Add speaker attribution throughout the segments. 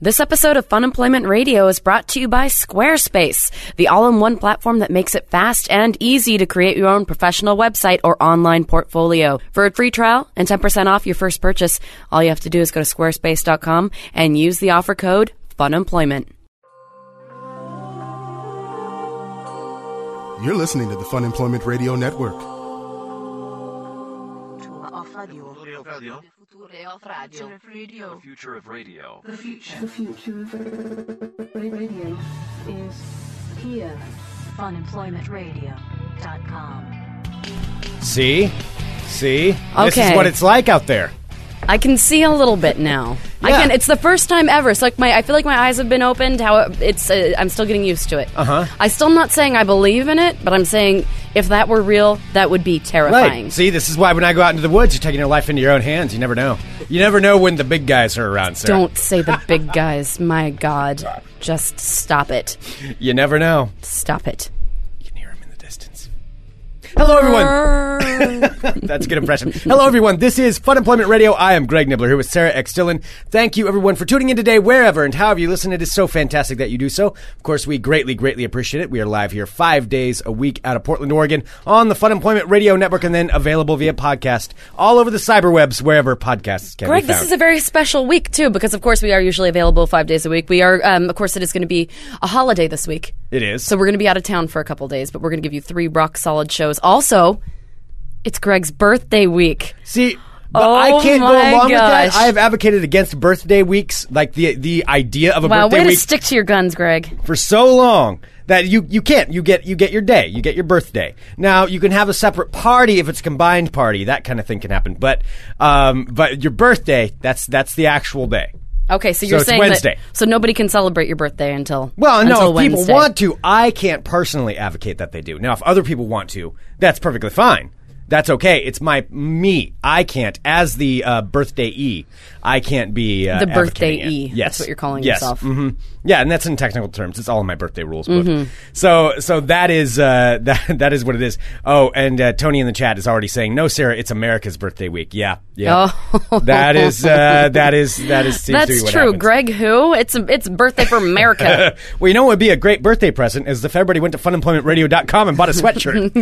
Speaker 1: This episode of Fun Employment Radio is brought to you by Squarespace, the all-in-one platform that makes it fast and easy to create your own professional website or online portfolio. For a free trial and 10% off your first purchase, all you have to do is go to squarespace.com and use the offer code FUNEMPLOYMENT.
Speaker 2: You're listening to the Fun Employment Radio Network.
Speaker 3: Future of radio.
Speaker 4: Future of radio.
Speaker 3: Future of radio.
Speaker 4: The future of radio.
Speaker 5: The future of radio is here.
Speaker 6: unemploymentradio.com.
Speaker 7: See? See? This
Speaker 1: Okay.
Speaker 7: is what it's like out there.
Speaker 1: I can see a little bit now. I
Speaker 7: Yeah.
Speaker 1: can. It's the first time ever. So like my, I feel like my eyes have been opened. How it, it's, uh, I'm still getting used to it. Uh
Speaker 7: Uh-huh.
Speaker 1: I still am not saying I believe in it, but I'm saying if that were real, that would be terrifying.
Speaker 7: See, this is why when I go out into the woods, you're taking your life into your own hands. You never know. You never know when the big guys are around, Sarah.
Speaker 1: Don't say the big guys. My God, just stop it.
Speaker 7: You never know.
Speaker 1: Stop it.
Speaker 7: You can hear them in the distance. Hello, everyone.
Speaker 1: Brrr.
Speaker 7: That's a good impression. Hello, everyone. This is Fun Employment Radio. I am Greg Nibbler here with Sarah X. Dillon. Thank you, everyone, for tuning in today, wherever and however you listen. It is so fantastic that you do so. Of course, we greatly, greatly appreciate it. We are live here five days a week out of Portland, Oregon on the Fun Employment Radio Network and then available via podcast all over the cyberwebs, wherever podcasts can
Speaker 1: Greg,
Speaker 7: be found.
Speaker 1: this is a very special week too, because of course we are usually available five days a week. We are, um, of course, it is going to be a holiday this week,
Speaker 7: it is.
Speaker 1: so we're going to be out of town for a couple days. But we're going to give you three rock solid shows. Also, it's Greg's birthday week.
Speaker 7: See, but
Speaker 1: Oh
Speaker 7: I can't go
Speaker 1: my
Speaker 7: along with that.
Speaker 1: gosh.
Speaker 7: I have advocated against birthday weeks, like the the idea of a
Speaker 1: Wow,
Speaker 7: birthday
Speaker 1: way to
Speaker 7: week
Speaker 1: stick to your guns, Greg.
Speaker 7: for so long that you you can't. You get you get your day, you get your birthday. Now you can have a separate party if it's a combined party. That kind of thing can happen. But um, but your birthday that's that's the actual day.
Speaker 1: Okay, so you're
Speaker 7: it's
Speaker 1: saying
Speaker 7: Wednesday.
Speaker 1: that so nobody can celebrate your birthday until
Speaker 7: Well, no,
Speaker 1: until
Speaker 7: if
Speaker 1: Wednesday.
Speaker 7: people want to, I can't personally advocate that they do. Now, if other people want to, that's perfectly fine. That's okay. It's my me. I can't, as the uh, birthday e, I can't be uh,
Speaker 1: The birthday
Speaker 7: advocating it.
Speaker 1: E.
Speaker 7: Yes,
Speaker 1: That's what you're calling
Speaker 7: yes.
Speaker 1: yourself.
Speaker 7: hmm Yeah, and that's in technical terms. It's all in my birthday rules book.
Speaker 1: Mm-hmm.
Speaker 7: So, so that is uh, that that is what it is. Oh, and uh, Tony in the chat is already saying, "No, Sarah, it's America's birthday week." Yeah, yeah.
Speaker 1: Oh.
Speaker 7: that is uh, that is that is. Seems to be
Speaker 1: That's
Speaker 7: what
Speaker 1: true,
Speaker 7: happens.
Speaker 1: Greg. Who? It's it's birthday for America.
Speaker 7: Well, you know what would be a great birthday present is if everybody went to funemploymentradio.com and bought a sweatshirt.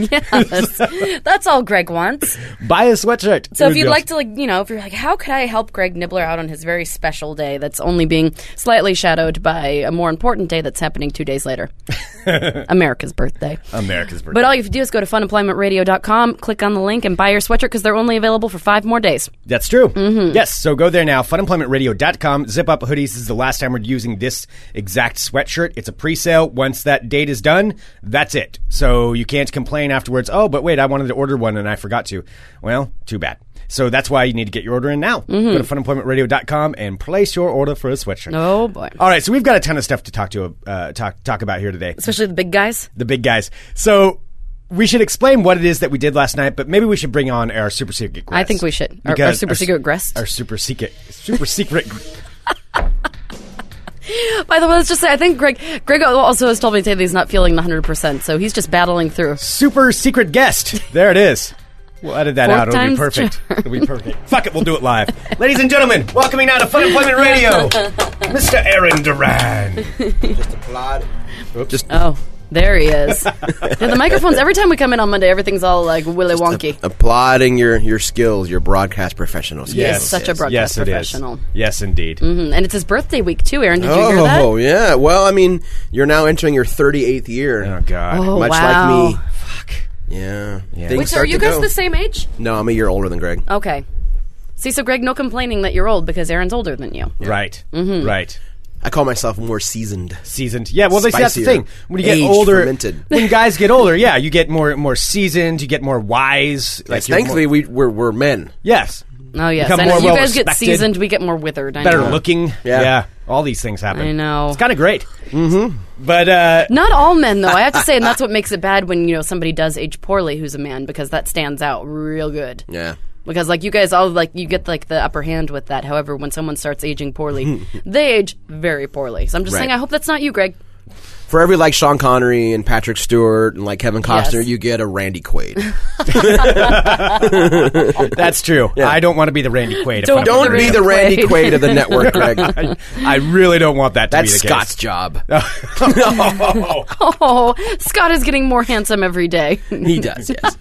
Speaker 1: Yes. That's all Greg wants.
Speaker 7: Buy a sweatshirt.
Speaker 1: So if you'd like to, like, you know, if you're like, how could I help Greg Nibbler out on his very special day that's only being slightly shadowed by a more important day that's happening two days later? America's birthday.
Speaker 7: America's birthday.
Speaker 1: But all you have to do is go to funemploymentradio.com, click on the link, and buy your sweatshirt because they're only available for five more days.
Speaker 7: That's true.
Speaker 1: Mm-hmm.
Speaker 7: Yes, so go there now, funemploymentradio.com, zip up hoodies. This is the last time we're using this exact sweatshirt. It's a pre sale. Once that date is done, that's it. So you can't complain afterwards, oh, but wait, I wanted to order one and I forgot to. Well, too bad. So that's why you need to get your order in now.
Speaker 1: Mm-hmm.
Speaker 7: Go to funemploymentradio.com and place your order for a sweatshirt.
Speaker 1: Oh, boy.
Speaker 7: All right, so we've got a ton of stuff to talk to uh, talk talk about here today.
Speaker 1: Especially the big guys.
Speaker 7: the big guys. So we should explain what it is that we did last night, but maybe we should bring on our super secret. Guest.
Speaker 1: I think we should. Our- our
Speaker 7: Because
Speaker 1: super
Speaker 7: s-
Speaker 1: secret guest?
Speaker 7: Our super secret. Super secret.
Speaker 1: By the way, let's just say, I think Greg Greg also has told me today that he's not feeling the 100%, so he's just battling through.
Speaker 7: super secret guest. There it is. We'll edit that
Speaker 1: Fourth
Speaker 7: out. It'll be
Speaker 1: time's
Speaker 7: perfect. It'll be perfect. Fuck it. We'll do it live. Ladies and gentlemen, welcoming now to Fun Employment Radio, Mr. Aaron Duran.
Speaker 1: Oh, there he is. yeah, the microphones, every time we come in on Monday, everything's all like Willy Wonky.
Speaker 8: applauding your your skills, your broadcast professional skills.
Speaker 1: Yes. such a broadcast
Speaker 7: yes, it is.
Speaker 1: professional.
Speaker 7: Yes, indeed.
Speaker 1: Mm, And it's his birthday week, too, Aaron. Did you hear that?
Speaker 8: Oh yeah. Well, I mean, you're now entering your 38th year.
Speaker 7: Oh God.
Speaker 1: Oh,
Speaker 8: Much
Speaker 1: wow.
Speaker 8: like me. Fuck. Yeah. Things
Speaker 1: Wait, so are
Speaker 8: start
Speaker 1: you
Speaker 8: to
Speaker 1: guys
Speaker 8: go.
Speaker 1: the Oh. same age?
Speaker 8: No, I'm a year older than Greg.
Speaker 1: Okay. See, so Greg, no complaining that you're old because Aaron's older than you.
Speaker 7: Right.
Speaker 1: Mm-hmm.
Speaker 7: Right.
Speaker 8: I call myself more seasoned.
Speaker 7: seasoned. Yeah, well, they see that's the
Speaker 8: Spicier.
Speaker 7: thing. When you get
Speaker 8: Aged,
Speaker 7: older,
Speaker 8: fermented.
Speaker 7: when guys get older, yeah, you get more more seasoned. You get more wise. Like
Speaker 8: Yes,
Speaker 7: you're
Speaker 8: thankfully,
Speaker 7: more,
Speaker 8: we we're, we're men.
Speaker 7: yes,
Speaker 1: Oh yes,
Speaker 7: Become
Speaker 1: I know.
Speaker 7: more
Speaker 1: you guys get
Speaker 7: well-respected.
Speaker 1: seasoned, we get more withered. I
Speaker 7: better
Speaker 1: know.
Speaker 7: looking.
Speaker 8: Yeah.
Speaker 7: all these things happen.
Speaker 1: I know.
Speaker 7: It's kind of great. Mm-hmm. But uh,
Speaker 1: Not all men, though. I have to say, and that's what makes it bad when you know somebody does age poorly who's a man because that stands out real good.
Speaker 8: Yeah.
Speaker 1: Because like you guys all like you get like the upper hand with that. However, when someone starts aging poorly, they age very poorly. So I'm just
Speaker 8: Right.
Speaker 1: saying, I hope that's not you, Greg.
Speaker 8: For every like Sean Connery and Patrick Stewart and like Kevin Costner,
Speaker 1: Yes.
Speaker 8: you get a Randy Quaid.
Speaker 7: That's true. I don't want to be the Randy Quaid. if
Speaker 9: Don't
Speaker 7: I'm
Speaker 9: be
Speaker 8: Don't
Speaker 7: gonna
Speaker 8: be
Speaker 9: Randy
Speaker 8: the Randy
Speaker 9: Quaid.
Speaker 8: Quaid of the network, Greg.
Speaker 7: I really don't want that to
Speaker 8: That's
Speaker 7: be the
Speaker 8: Scott's
Speaker 7: case.
Speaker 8: job.
Speaker 1: Oh, Scott is getting more handsome every day.
Speaker 8: He does, yes.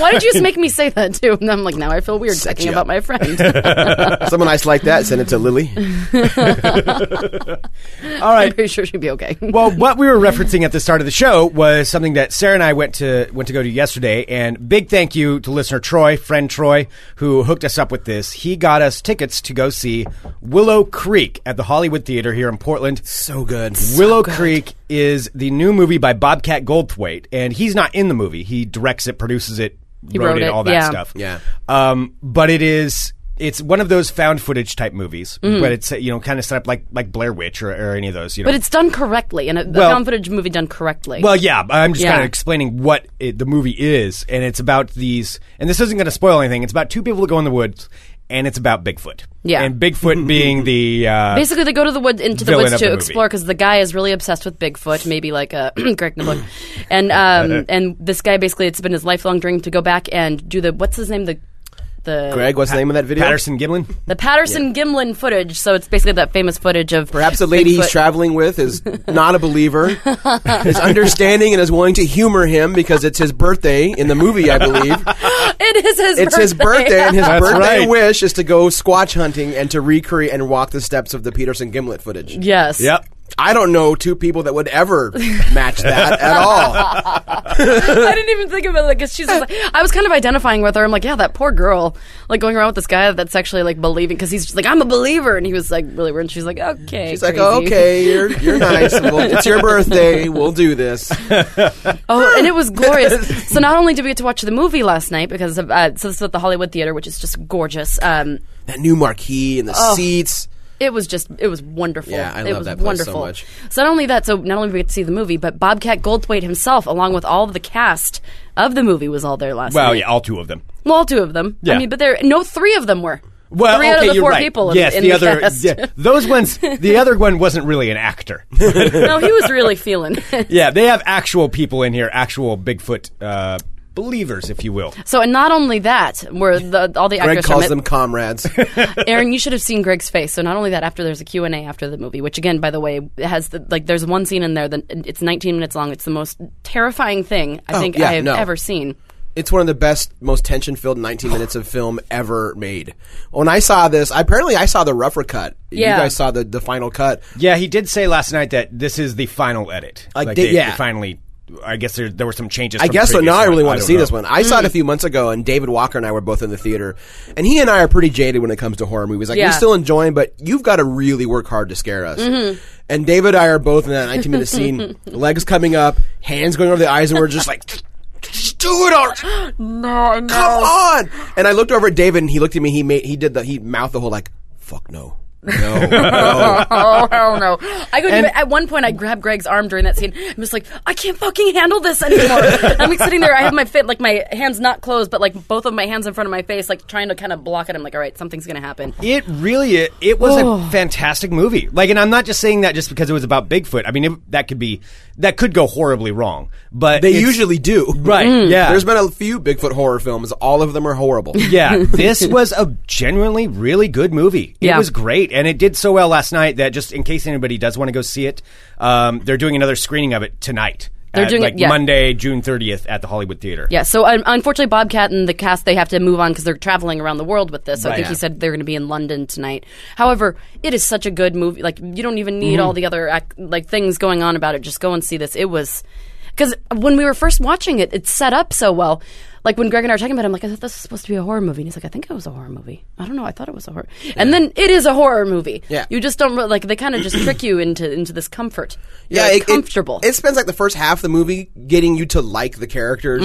Speaker 1: Why did you just make me say that too? And I'm like, now I feel weird
Speaker 8: Set
Speaker 1: talking
Speaker 8: you
Speaker 1: about
Speaker 8: up.
Speaker 1: my friend.
Speaker 8: Someone nice like that, send it to Lily.
Speaker 7: All
Speaker 1: I'm
Speaker 7: right.
Speaker 1: pretty sure she'd be okay.
Speaker 7: Well, what we were referencing at the start of the show was something that Sarah and I went to went to go to yesterday, and big thank you to listener Troy, friend Troy, who hooked us up with this. He got us tickets to go see Willow Creek at the Hollywood Theater here in Portland.
Speaker 8: So good.
Speaker 7: Willow Creek is the new movie by Bobcat Goldthwait, and he's not in the movie. He directs it, produces it,
Speaker 1: He
Speaker 7: wrote,
Speaker 1: wrote
Speaker 7: it,
Speaker 1: it,
Speaker 7: all that
Speaker 1: yeah.
Speaker 7: stuff.
Speaker 8: Yeah.
Speaker 7: Um, but it is it's one of those found footage type movies, but it's you know kind of set up like like Blair Witch or, or any of those. You know,
Speaker 1: but it's done correctly, and a,
Speaker 7: Well-
Speaker 1: a found footage movie done correctly.
Speaker 7: well, yeah, but I'm just
Speaker 1: Yeah.
Speaker 7: kind of explaining what it, the movie is, and it's about these. And this isn't going to spoil anything. It's about two people that go in the woods, and it's about Bigfoot.
Speaker 1: Yeah.
Speaker 7: and Bigfoot being the uh,
Speaker 1: Basically, they go to the woods into the
Speaker 7: Villain
Speaker 1: woods
Speaker 7: of
Speaker 1: to
Speaker 7: the movie.
Speaker 1: explore because the guy is really obsessed with Bigfoot, maybe like uh, Greg Nibbler, and um, and this guy basically it's been his lifelong dream to go back and do the what's his name the the
Speaker 8: Greg, what's the name of that video?
Speaker 7: Patterson Gimlin.
Speaker 1: the Patterson Gimlin footage. So it's basically that famous footage of
Speaker 8: Perhaps the lady he's
Speaker 1: Bigfoot.
Speaker 8: traveling with is not a believer, is understanding and is willing to humor him because it's his birthday in the movie, I believe.
Speaker 1: It is his.
Speaker 8: It's his birthday, and his
Speaker 7: That's
Speaker 8: birthday
Speaker 7: right.
Speaker 8: wish is to go squatch hunting and to recreate and walk the steps of the Peterson Gimlet footage.
Speaker 1: Yes.
Speaker 7: Yep.
Speaker 8: I don't know two people that would ever match that at all.
Speaker 1: I didn't even think about it because she's just like, I was kind of identifying with her. I'm like, yeah, that poor girl, like going around with this guy that's actually like believing because he's just like, I'm a believer, and he was like really weird. And she's like, okay,
Speaker 8: It's like,
Speaker 1: crazy.
Speaker 8: okay, you're you're nice. Well, it's your birthday. We'll do this.
Speaker 1: Oh, and it was glorious. so not only did we get to watch the movie last night because of, uh, so this is at the Hollywood Theater, which is just gorgeous. Um,
Speaker 8: That new marquee and the
Speaker 1: Oh.
Speaker 8: seats.
Speaker 1: it was just it was wonderful.
Speaker 8: Yeah, I
Speaker 1: it
Speaker 8: love
Speaker 1: was
Speaker 8: that place so
Speaker 1: wonderful.
Speaker 8: much.
Speaker 1: So not only that, so not only did we get to see the movie, but Bobcat Goldthwait himself, along with all of the cast of the movie, was all there last
Speaker 7: Well,
Speaker 1: night.
Speaker 7: yeah, all two of them.
Speaker 1: Well, all two of them.
Speaker 7: Yeah.
Speaker 1: I mean, but there no three of them were.
Speaker 7: Well,
Speaker 1: three
Speaker 7: okay,
Speaker 1: out of the
Speaker 7: you're
Speaker 1: four
Speaker 7: right.
Speaker 1: people.
Speaker 7: Yes,
Speaker 1: in, in
Speaker 7: the,
Speaker 1: the,
Speaker 7: other.
Speaker 1: cast.
Speaker 7: yeah, those ones. The other one wasn't really an actor.
Speaker 1: no, he was really feeling. it.
Speaker 7: yeah, they have actual people in here, actual Bigfoot uh, believers, if you will.
Speaker 1: so, and not only that, were the, all the
Speaker 8: Greg
Speaker 1: actors
Speaker 8: calls
Speaker 1: from
Speaker 8: them
Speaker 1: it.
Speaker 8: comrades.
Speaker 1: Aaron, you should have seen Greg's face. So not only that, after there's a Q and A after the movie, which again, by the way, it has the, like there's one scene in there that it's 19 minutes long. It's the most terrifying thing
Speaker 7: Oh,
Speaker 1: I think
Speaker 8: yeah,
Speaker 1: I have
Speaker 8: no.
Speaker 1: ever seen.
Speaker 8: It's one of the best, most tension-filled 19 minutes of film ever made. When I saw this, apparently I saw the rougher cut.
Speaker 1: Yeah.
Speaker 8: You guys saw the, the final cut.
Speaker 7: Yeah, he did say last night that this is the final edit.
Speaker 8: I did-
Speaker 7: they- they
Speaker 8: yeah.
Speaker 7: finally. I guess there there were some changes.
Speaker 8: I
Speaker 7: from the
Speaker 8: guess so.
Speaker 7: previous
Speaker 8: Now I
Speaker 7: one.
Speaker 8: really want to
Speaker 7: don't
Speaker 8: see
Speaker 7: know.
Speaker 8: this one. I saw it a few months ago, and David Walker and I were both in the theater. And he and I are pretty jaded when it comes to horror movies. Like
Speaker 1: Yeah.
Speaker 8: we still enjoy, 'em, but you've got to really work hard to scare us. And David and I are both in that 19 minute scene, legs coming up, hands going over the eyes, and we're just like. Just do it already. No, no. Come on. And I looked over at David and he looked at me, he made he did the he mouthed the whole like, fuck no. No. no.
Speaker 1: Oh hell no! I couldn't. even, at one point, I grabbed Greg's arm during that scene. I'm just like, I can't fucking handle this anymore. I'm like sitting there. I have my fit, like my hands not closed, but like both of my hands in front of my face, like trying to kind of block it. I'm like, all right, something's gonna happen.
Speaker 7: It really it, it was
Speaker 1: Oh.
Speaker 7: a fantastic movie. Like, and I'm not just saying that just because it was about Bigfoot. I mean, it, that could be that could go horribly wrong, but
Speaker 8: They
Speaker 7: it's-
Speaker 8: usually do.
Speaker 7: right.
Speaker 1: Mm.
Speaker 7: Yeah,
Speaker 8: There's been a few Bigfoot horror films. All of them are horrible.
Speaker 7: yeah, this was a genuinely really good movie. It
Speaker 1: Yeah.
Speaker 7: was great, and it did so well last night that just in case anybody does want to go see it, um, they're doing another screening of it tonight.
Speaker 1: They're
Speaker 7: at,
Speaker 1: doing it-
Speaker 7: like
Speaker 1: yeah.
Speaker 7: Monday, June 30th at the Hollywood Theater.
Speaker 1: Yeah. So um, unfortunately, Bobcat and the cast they have to move on because they're traveling around the world with this. So I
Speaker 7: Right.
Speaker 1: think he
Speaker 7: Yeah.
Speaker 1: said they're going to be in London tonight. However, it is such a good movie. Like you don't even
Speaker 8: Mm-hmm.
Speaker 1: need all the other ac- like things going on about it. Just go and see this. It was because when we were first watching it, it's set up so well. Like when Greg and I were talking about it, I'm like, I thought this was supposed to be a horror movie. And he's like, I think it was a horror movie. I don't know. I thought it was a horror. And then it is a horror movie.
Speaker 8: Yeah.
Speaker 1: You just don't, re- like, they kind of just trick you into into this comfort. You're, like, comfortable.
Speaker 8: It, spends like the first half of the movie getting you to like the characters,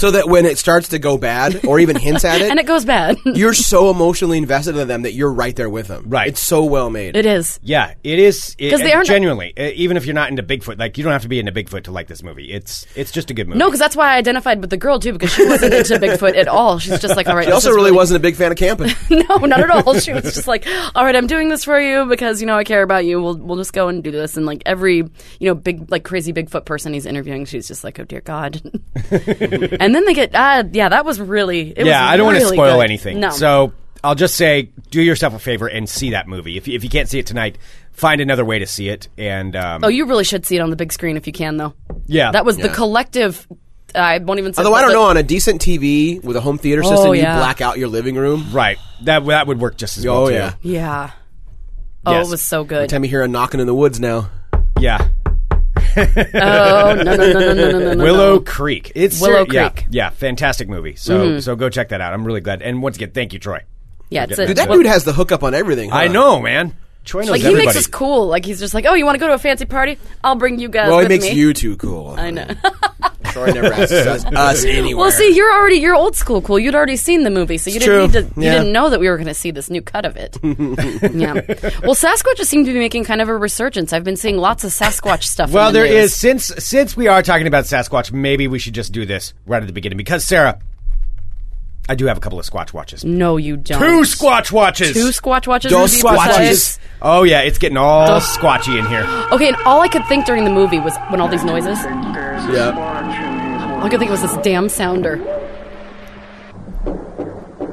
Speaker 8: so that when it starts to go bad or even hints at it,
Speaker 1: Mm-hmm. and it goes bad.
Speaker 8: you're so emotionally invested in them that you're right there with them.
Speaker 7: Right.
Speaker 8: It's so well made.
Speaker 1: it is.
Speaker 7: Yeah, it is. Because
Speaker 1: they aren't-
Speaker 7: genuinely, e- even if you're not into Bigfoot, like you don't have to be into Bigfoot to like this movie. It's it's just a good movie.
Speaker 1: No, because that's why I identified with the girl too, because she wasn't into Bigfoot at all. She's just like, all right.
Speaker 8: She
Speaker 1: this
Speaker 8: also
Speaker 1: is
Speaker 8: really, wasn't a big fan of camping.
Speaker 1: No, not at all. She was just like, all right, I'm doing this for you because you know I care about you. We'll we'll just go and do this. And like every you know big like crazy Bigfoot person he's interviewing, she's just like, oh dear God. and then they get ah yeah, that was really it
Speaker 7: yeah,
Speaker 1: was
Speaker 7: I don't want to
Speaker 1: really
Speaker 7: spoil
Speaker 1: good.
Speaker 7: anything.
Speaker 1: No,
Speaker 7: So I'll just say, do yourself a favor and see that movie. If you, if you can't see it tonight, find another way to see it. And um,
Speaker 1: oh, you really should see it on the big screen if you can though.
Speaker 7: yeah,
Speaker 1: That was the
Speaker 8: Yeah.
Speaker 1: collective. I won't even. say
Speaker 8: Although
Speaker 1: but
Speaker 8: I don't
Speaker 1: the-
Speaker 8: know, on a decent TV with a home theater system,
Speaker 1: Oh,
Speaker 8: you
Speaker 1: yeah.
Speaker 8: black out your living room.
Speaker 7: right. That that would work just as well.
Speaker 8: Oh,
Speaker 7: too.
Speaker 8: yeah.
Speaker 1: Yeah. Oh,
Speaker 7: Yes.
Speaker 1: it was so good.
Speaker 8: Time you hear a knocking in the woods now.
Speaker 7: yeah.
Speaker 1: Oh no no no no no no no.
Speaker 7: Willow Creek. It's
Speaker 1: Willow
Speaker 7: yeah,
Speaker 1: Creek. Mm-hmm.
Speaker 7: Yeah, fantastic movie. So so go check that out. I'm really glad. And once again, thank you, Troy.
Speaker 1: Yeah, it's
Speaker 7: Dude,
Speaker 1: a,
Speaker 8: Dude, that dude has the hookup on everything. huh?
Speaker 7: I know, man. Troy knows
Speaker 1: like he
Speaker 7: everybody.
Speaker 1: makes us cool. Like he's just like, oh, you want to go to a fancy party? I'll bring you guys.
Speaker 8: Well, he
Speaker 1: with
Speaker 8: makes
Speaker 1: me.
Speaker 8: you too cool. I
Speaker 1: know.
Speaker 8: Sorry, never asks us, us anywhere.
Speaker 1: Well, see, you're already you're old school cool. You'd already seen the movie, so you
Speaker 8: It's
Speaker 1: didn't
Speaker 8: true.
Speaker 1: need to. You
Speaker 8: Yeah.
Speaker 1: didn't know that we were going to see this new cut of it. yeah. Well, Sasquatch just seemed to be making kind of a resurgence. I've been seeing lots of Sasquatch stuff.
Speaker 7: Well,
Speaker 1: in the
Speaker 7: there
Speaker 1: news.
Speaker 7: is since since we are talking about Sasquatch, maybe we should just do this right at the beginning because Sarah, I do have a couple of Squatch watches.
Speaker 1: No, you don't.
Speaker 7: Two Squatch watches.
Speaker 1: Two Squatch watches.
Speaker 8: Dos
Speaker 1: would be because-
Speaker 8: Squatches.
Speaker 7: Oh yeah, it's getting all squatchy in here.
Speaker 1: Okay, and all I could think during the movie was when all these noises.
Speaker 8: yeah.
Speaker 1: All I could think was this damn sounder.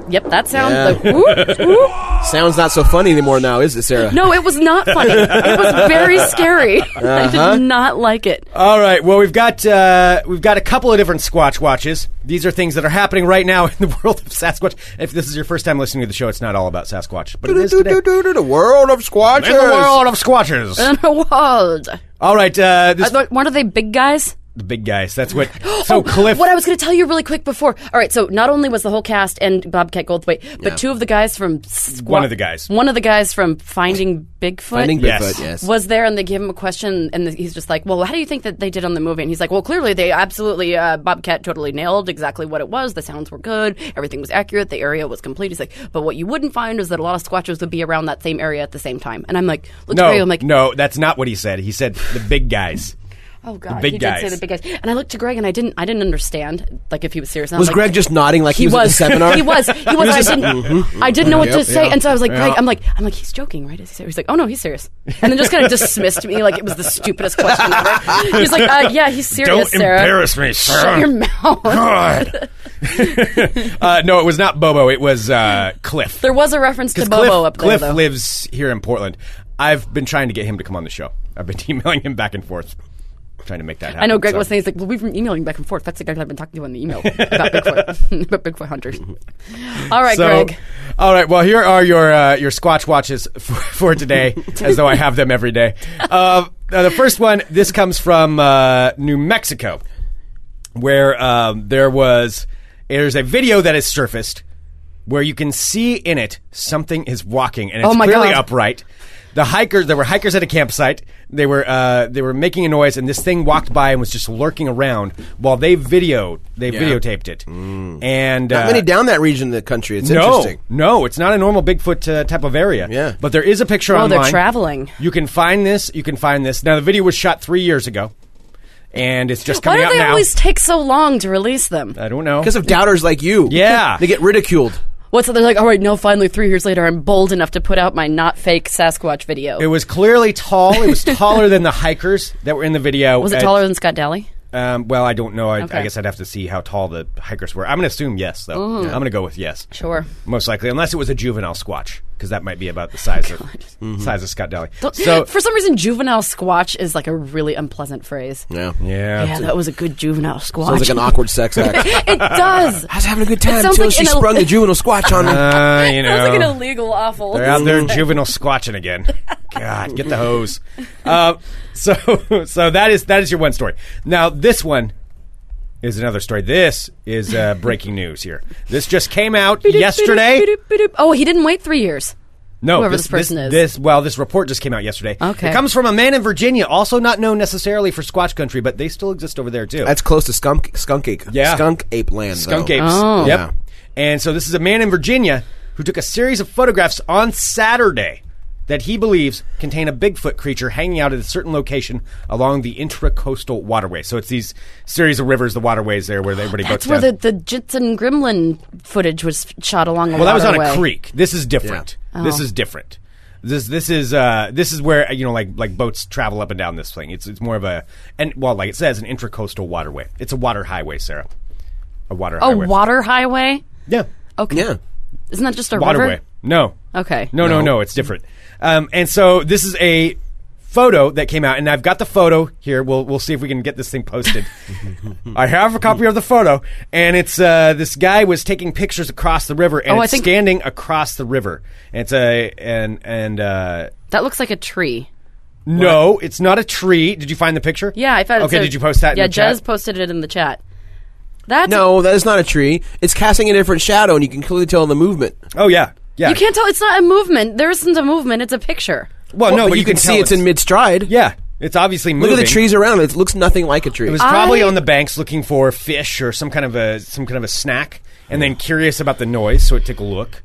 Speaker 1: Yep, that sound.
Speaker 8: Yeah.
Speaker 1: Like, whoop, whoop.
Speaker 8: Sounds not so funny anymore now, is it, Sarah?
Speaker 1: No, it was not funny. It was very scary. I
Speaker 7: Uh-huh.
Speaker 1: did not like it.
Speaker 7: All right, well we've got uh, we've got a couple of different Squatch watches. These are things that are happening right now in the world of Sasquatch. If this is your first time listening to the show, it's not all about Sasquatch, but it is today. In
Speaker 8: The world of squatches.
Speaker 7: the world of Squatches.
Speaker 1: In a world.
Speaker 7: All right, uh, this,
Speaker 1: Are they- Weren't they big guys?
Speaker 7: the big guys. That's what. So Cliff.
Speaker 1: Oh, What I was going to tell you really quick before. All right, so not only was the whole cast and Bobcat Goldthwait, but two of the guys from Squa-
Speaker 7: One of the guys.
Speaker 1: one of the guys from Finding Bigfoot,
Speaker 8: Finding
Speaker 7: Yes.
Speaker 8: Bigfoot, yes.
Speaker 1: was there, and they gave him a question, and the, he's just like, "Well, how do you think that they did on the movie?" And he's like, "Well, clearly they absolutely uh, Bobcat totally nailed exactly what it was. The sounds were good, everything was accurate, the area was complete." He's like, "But what you wouldn't find is that a lot of squatchers would be around that same area at the same time." And I'm like, "Look
Speaker 7: no,
Speaker 1: at you, I'm like,
Speaker 7: no, that's not what he said. He said the big guys.
Speaker 1: Oh God,
Speaker 7: big
Speaker 1: he did
Speaker 7: guys.
Speaker 1: say the big guys. And I looked to Greg, and I didn't, I didn't understand like if he was serious. And I
Speaker 8: Was
Speaker 1: like-
Speaker 8: Greg just nodding like he, was, at the seminar?
Speaker 1: He was. He was. I didn't. I didn't know what to
Speaker 8: Mm-hmm. Yep,
Speaker 1: say,
Speaker 8: yeah,
Speaker 1: and so I was like, Greg,
Speaker 7: yeah.
Speaker 1: I'm like, I'm like, he's joking, right? Is he serious? He's like, oh no, he's serious, and then just kind of dismissed me like it was the stupidest question ever. He's like, uh, yeah, he's serious,
Speaker 7: Don't
Speaker 1: Sarah.
Speaker 7: embarrass me, Sarah.
Speaker 1: Shut your mouth.
Speaker 7: God. uh, no, it was not Bobo. It was uh, Cliff.
Speaker 1: There was a reference to
Speaker 7: 'Cause
Speaker 1: Bobo
Speaker 7: Cliff,
Speaker 1: up there,
Speaker 7: Cliff
Speaker 1: though.
Speaker 7: lives here in Portland. I've been trying to get him to come on the show. I've been emailing him back and forth, trying to make that happen.
Speaker 1: I know Greg
Speaker 7: so.
Speaker 1: was saying, he's like, well, we've been emailing back and forth. That's the guy that I've been talking to on the email about Bigfoot, about Bigfoot hunters. All right,
Speaker 7: Mm-hmm. So,
Speaker 1: Greg.
Speaker 7: all right. Well, here are your uh, your Squatch watches for, for today, as though I have them every day. Uh, now the first one. This comes from uh, New Mexico, where um, there was there's a video that has surfaced where you can see in it something is walking and it's
Speaker 1: Oh my
Speaker 7: clearly
Speaker 1: God.
Speaker 7: upright. The hikers, there were hikers at a campsite. They were uh, they were making a noise, and this thing walked by and was just lurking around while they videoed they videotaped it. And
Speaker 8: Not
Speaker 7: uh,
Speaker 8: many down Mm. that region of the country. It's
Speaker 7: no,
Speaker 8: interesting.
Speaker 7: no, it's not a normal Bigfoot uh, type of area.
Speaker 8: Yeah.
Speaker 7: but there is a picture
Speaker 1: Oh,
Speaker 7: online.
Speaker 1: they're traveling.
Speaker 7: You can find this. You can find this. Now the video was shot three years ago, and it's just
Speaker 1: Why
Speaker 7: coming
Speaker 1: do
Speaker 7: out
Speaker 1: they
Speaker 7: now.
Speaker 1: always take so long to release them?
Speaker 7: I don't know.
Speaker 8: Because of doubters like you.
Speaker 7: Yeah.
Speaker 8: They get ridiculed.
Speaker 1: What's they're like? All right, no, finally, three years later, I'm bold enough to put out my not fake Sasquatch video.
Speaker 7: It was clearly tall. It was taller than the hikers that were in the video.
Speaker 1: was it
Speaker 7: Uh,
Speaker 1: taller than Scott Daly?
Speaker 7: Um, well, I don't know. I, I
Speaker 1: Okay.
Speaker 7: guess I'd have to see how tall the hikers were. I'm going to assume yes, though.
Speaker 1: Mm.
Speaker 7: I'm going to go with yes.
Speaker 1: Sure.
Speaker 7: Most likely, unless it was a juvenile squatch, because that might be about the size of
Speaker 8: Mm-hmm.
Speaker 7: size of Scott Daly.
Speaker 1: Oh Don't-
Speaker 7: So
Speaker 1: for some reason, juvenile squatch is like a really unpleasant phrase.
Speaker 8: Yeah.
Speaker 7: yeah, Uh,
Speaker 1: Yeah, that was a good juvenile squatch.
Speaker 8: Sounds like an awkward sex act.
Speaker 1: it does.
Speaker 8: I was having a good time
Speaker 1: sounds
Speaker 8: until
Speaker 1: like
Speaker 8: she
Speaker 1: an el-
Speaker 8: sprung the juvenile squatch on me.
Speaker 7: Uh, you know,
Speaker 1: Sounds like an illegal awful.
Speaker 7: They're out there in juvenile squatching again. God, get the hose. Uh, so, so that is that is your one story. Now, this one is another story. This is uh, breaking news here. This just came out
Speaker 1: Beep,
Speaker 7: yesterday.
Speaker 1: beep, beep, beep. Oh, he didn't wait three years.
Speaker 7: No,
Speaker 1: whoever
Speaker 7: this,
Speaker 1: this person
Speaker 7: this,
Speaker 1: is.
Speaker 7: This well, this report just came out yesterday.
Speaker 1: Okay.
Speaker 7: it comes from a man in Virginia, also not known necessarily for Squatch country, but they still exist over there too.
Speaker 8: That's close to skunk, skunk ape.
Speaker 7: Yeah.
Speaker 8: Skunk ape land.
Speaker 7: Skunk
Speaker 8: though.
Speaker 7: apes.
Speaker 1: Oh.
Speaker 7: Yep.
Speaker 8: Yeah.
Speaker 7: And so this is a man in Virginia who took a series of photographs on Saturday that he believes contain a Bigfoot creature hanging out at a certain location along the intracoastal waterway. So it's these series of rivers, the waterways there, where everybody
Speaker 1: That's
Speaker 7: goes
Speaker 1: where
Speaker 7: down.
Speaker 1: the, the Jitson Gremlin footage was f- shot along the
Speaker 7: Well, that was on a
Speaker 1: waterway.
Speaker 7: creek. This is different.
Speaker 1: Yeah.
Speaker 7: This
Speaker 1: Oh.
Speaker 7: is different. This this is uh, this is where you know like like boats travel up and down this thing. It's it's more of a and well like it says an intracoastal waterway. It's a water highway, Sarah. A water
Speaker 1: A
Speaker 7: highway.
Speaker 1: water highway?
Speaker 7: yeah.
Speaker 1: Okay.
Speaker 8: Yeah.
Speaker 1: Isn't that just a
Speaker 7: Waterway.
Speaker 1: river?
Speaker 7: No.
Speaker 1: Okay.
Speaker 7: No, no, no. It's different. Um, and so this is a photo that came out, and I've got the photo here. We'll we'll see if we can get this thing posted. I have a copy of the photo, and it's uh, this guy was taking pictures across the river, and
Speaker 1: Oh, I
Speaker 7: it's
Speaker 1: think-
Speaker 7: standing across the river. And it's a and and uh,
Speaker 1: That looks like a tree.
Speaker 7: no, it's not a tree. Did you find the picture?
Speaker 1: Yeah, I found it.
Speaker 7: Okay,
Speaker 1: So-
Speaker 7: did you post that? in
Speaker 1: Yeah,
Speaker 7: the chat?
Speaker 1: Jez posted it in the chat. That's
Speaker 8: No, that is not a tree. It's casting a different shadow, and you can clearly tell in the movement.
Speaker 7: oh yeah, yeah.
Speaker 1: You can't tell. It's not a movement. There isn't a movement. It's a picture.
Speaker 7: Well, Oh, no,
Speaker 8: but,
Speaker 7: but,
Speaker 8: you, can, see
Speaker 7: tell
Speaker 8: it's in mid stride.
Speaker 7: Yeah, it's obviously
Speaker 8: Look
Speaker 7: moving.
Speaker 8: at the trees around it. It looks nothing like a tree.
Speaker 7: It was probably
Speaker 1: I-
Speaker 7: on the banks looking for fish or some kind of a some kind of a snack, and then curious about the noise, so it took a look.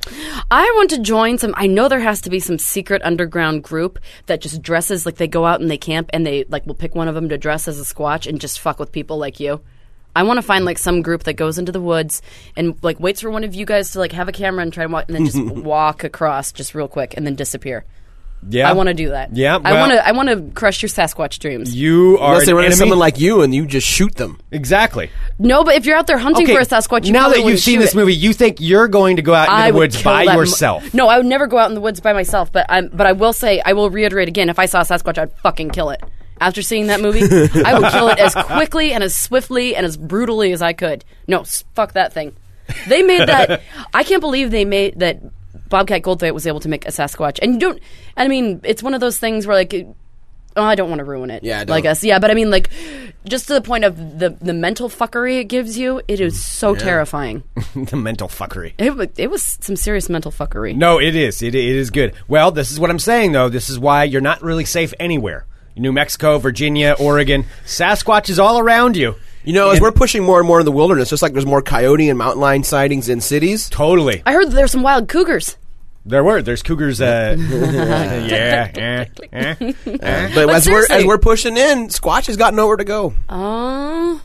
Speaker 1: I want to join some. I know there has to be some secret underground group that just dresses like they go out and they camp and they like will pick one of them to dress as a Squatch and just fuck with people like you. I want to find like some group that goes into the woods and like waits for one of you guys to like have a camera and try and walk and then just walk across just real quick and then disappear.
Speaker 7: Yeah,
Speaker 1: I want to do that.
Speaker 7: Yeah,
Speaker 1: I
Speaker 7: well-
Speaker 1: want to. I want to crush your Sasquatch dreams.
Speaker 7: You are
Speaker 8: Unless they
Speaker 7: an
Speaker 8: run into
Speaker 7: enemy?
Speaker 8: someone like you and you just shoot them.
Speaker 7: exactly.
Speaker 1: no, but if you're out there hunting
Speaker 7: Okay,
Speaker 1: for a Sasquatch, you
Speaker 7: now
Speaker 1: probably
Speaker 7: that
Speaker 1: wouldn't
Speaker 7: you've seen
Speaker 1: shoot
Speaker 7: this
Speaker 1: it.
Speaker 7: movie, you think you're going to go out into
Speaker 1: I
Speaker 7: the
Speaker 1: would
Speaker 7: woods
Speaker 1: kill
Speaker 7: by
Speaker 1: that mo-
Speaker 7: yourself?
Speaker 1: no, I would never go out in the woods by myself. But I but I will say I will reiterate again. If I saw a Sasquatch, I'd fucking kill it. After seeing that movie, I would kill it as quickly and as swiftly and as brutally as I could. No, s- fuck that thing. They made that. I can't believe they made that. Bobcat Goldthwait was able to make a Sasquatch, and you don't. I mean, it's one of those things where like. Oh, I don't want to ruin it.
Speaker 8: Yeah, I
Speaker 1: like
Speaker 8: don't.
Speaker 1: us. Yeah, but I mean, like, just to the point of the the mental fuckery it gives you, it is so terrifying.
Speaker 7: the mental fuckery.
Speaker 1: It, wa- it was some serious mental fuckery.
Speaker 7: No, it is. It, it is good. Well, this is what I'm saying though. This is why you're not really safe anywhere. New Mexico, Virginia, Oregon, Sasquatch is all around you.
Speaker 8: You know, as we're pushing more and more in the wilderness, just like there's more coyote and mountain lion sightings in cities.
Speaker 7: Totally.
Speaker 1: I heard that there's some wild cougars.
Speaker 7: There were. There's cougars. Uh, yeah. eh, eh.
Speaker 8: But as we're as
Speaker 1: seriously-
Speaker 8: we're pushing in, Squatch has got nowhere to go.
Speaker 1: Oh.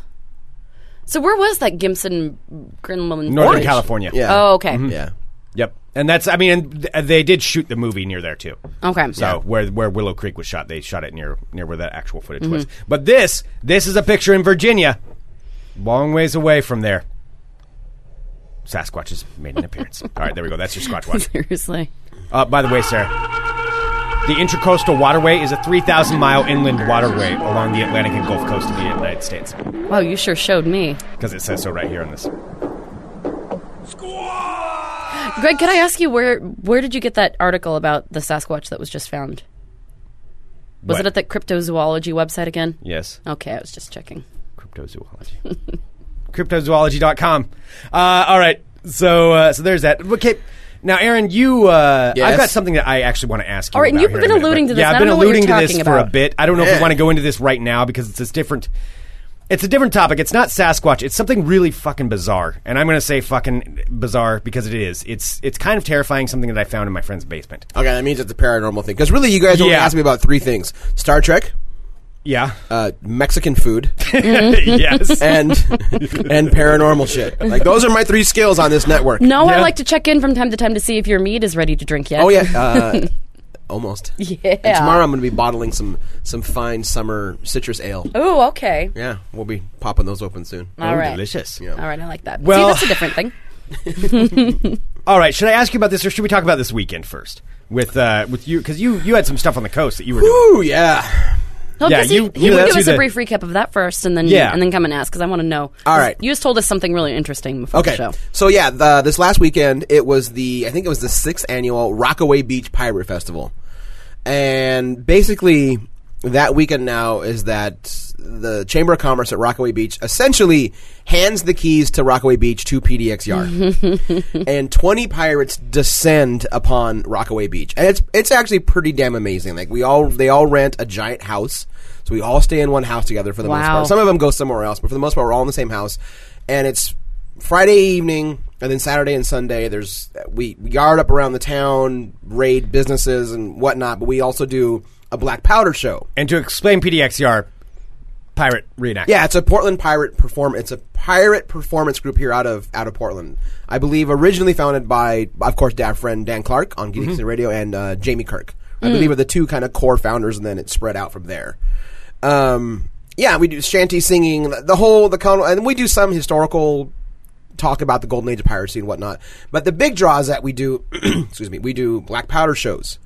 Speaker 1: So where was that Gimson Gremlin?
Speaker 7: Northern
Speaker 1: footage?
Speaker 7: California. Mm-hmm.
Speaker 8: Yeah.
Speaker 1: Oh, okay.
Speaker 8: Yeah.
Speaker 7: Yep. And that's, I mean, and th- uh, they did shoot the movie near there too.
Speaker 1: Okay.
Speaker 7: So where where Willow Creek was shot, they shot it near near where that actual footage was. But this this is a picture in Virginia, long ways away from there. Sasquatch has made an appearance. All right, there we go. That's your Squatch watch.
Speaker 1: Seriously.
Speaker 7: Uh, by the way, Sarah, the Intracoastal Waterway is a 3,000 mile inland waterway along the Atlantic and Gulf Coast of the United States
Speaker 1: Wow, you sure showed me.
Speaker 7: because it says so right here on this.
Speaker 1: Greg, could I ask you where where did you get that article about the Sasquatch that was just found? Was
Speaker 7: What?
Speaker 1: it at that cryptozoology website again?
Speaker 7: Yes.
Speaker 1: Okay, I was just checking.
Speaker 7: cryptozoology. cryptozoology.com. Uh, all right. So uh, so there's that. Okay. Now, Aaron, you, uh, I've
Speaker 8: Yes?
Speaker 7: got something that I actually want to ask you.
Speaker 1: All right, and
Speaker 7: about
Speaker 1: you've
Speaker 7: here
Speaker 1: been
Speaker 7: in a minute,
Speaker 1: alluding
Speaker 7: but-
Speaker 1: to this,
Speaker 7: Yeah,
Speaker 1: and I
Speaker 7: I've been
Speaker 1: don't know what
Speaker 7: alluding
Speaker 1: you're
Speaker 7: to this
Speaker 1: talking
Speaker 7: for a
Speaker 1: about.
Speaker 7: bit. I don't know if
Speaker 8: Yeah.
Speaker 7: we want to go into this right now because it's this different. It's a different topic. It's not Sasquatch. It's something really fucking bizarre, and I'm going to say fucking bizarre because it is. It's it's kind of terrifying. Something that I found in my friend's basement.
Speaker 8: Okay, that means it's a paranormal thing. Because really, you guys only
Speaker 7: Yeah.
Speaker 8: asked me about three things: Star Trek,
Speaker 7: Yeah.
Speaker 8: uh, Mexican food,
Speaker 7: yes.
Speaker 8: and and paranormal shit. Like those are my three skills on this network.
Speaker 1: No, I
Speaker 7: Yeah.
Speaker 1: like to check in from time to time to see if your meat is ready to drink yet.
Speaker 8: Oh yeah. Uh, Almost.
Speaker 1: Yeah.
Speaker 8: And tomorrow I'm going to be bottling some some fine summer citrus ale.
Speaker 1: Ooh, okay.
Speaker 8: Yeah, we'll be popping those open soon.
Speaker 1: All right.
Speaker 7: Delicious.
Speaker 8: Yeah.
Speaker 1: All right, I like that.
Speaker 7: Well-
Speaker 1: see, that's a different thing.
Speaker 7: All right, should I ask you about this, or should we talk about this weekend first? With uh, with you, because you you had some stuff on the coast that you were doing.
Speaker 8: Ooh, yeah.
Speaker 1: No,
Speaker 7: Yeah,
Speaker 1: yeah,
Speaker 7: you-
Speaker 1: you,
Speaker 7: you
Speaker 1: you would
Speaker 7: let's
Speaker 1: give
Speaker 7: do
Speaker 1: us
Speaker 7: the-
Speaker 1: a brief recap of that first, and then
Speaker 7: Yeah.
Speaker 1: and then come and ask because I want to know.
Speaker 8: All right.
Speaker 1: you just told us something really interesting before
Speaker 8: Okay.
Speaker 1: the show.
Speaker 8: So yeah, the, this last weekend it was the I think it was the sixth annual Rockaway Beach Pirate Festival, and basically that weekend now is that the Chamber of Commerce at Rockaway Beach essentially hands the keys to Rockaway Beach to PDXR, and twenty pirates descend upon Rockaway Beach, and it's it's actually pretty damn amazing. Like we all they all rent a giant house. So we all stay in one house together for the most
Speaker 1: Wow.
Speaker 8: part. Some of them go somewhere else, but for the most part, we're all in the same house, and it's Friday evening, And then Saturday and Sunday, there's we we yard up around the town, raid businesses and whatnot. But we also do a black powder show.
Speaker 7: And to explain PDXCR, E pirate reenact.
Speaker 8: Yeah, it's a Portland pirate perform. It's a pirate performance group here out of out of Portland. I believe originally founded by, of course, our friend Dan Clark on Geeks and Radio and uh, Jamie Kirk. I believe are the two kind of core founders, and then it spread out from there. Um, yeah, we do shanty singing, the whole the con, and we do some historical talk about the golden age of piracy and whatnot. But the big draw is that we do, excuse me, we do black powder shows.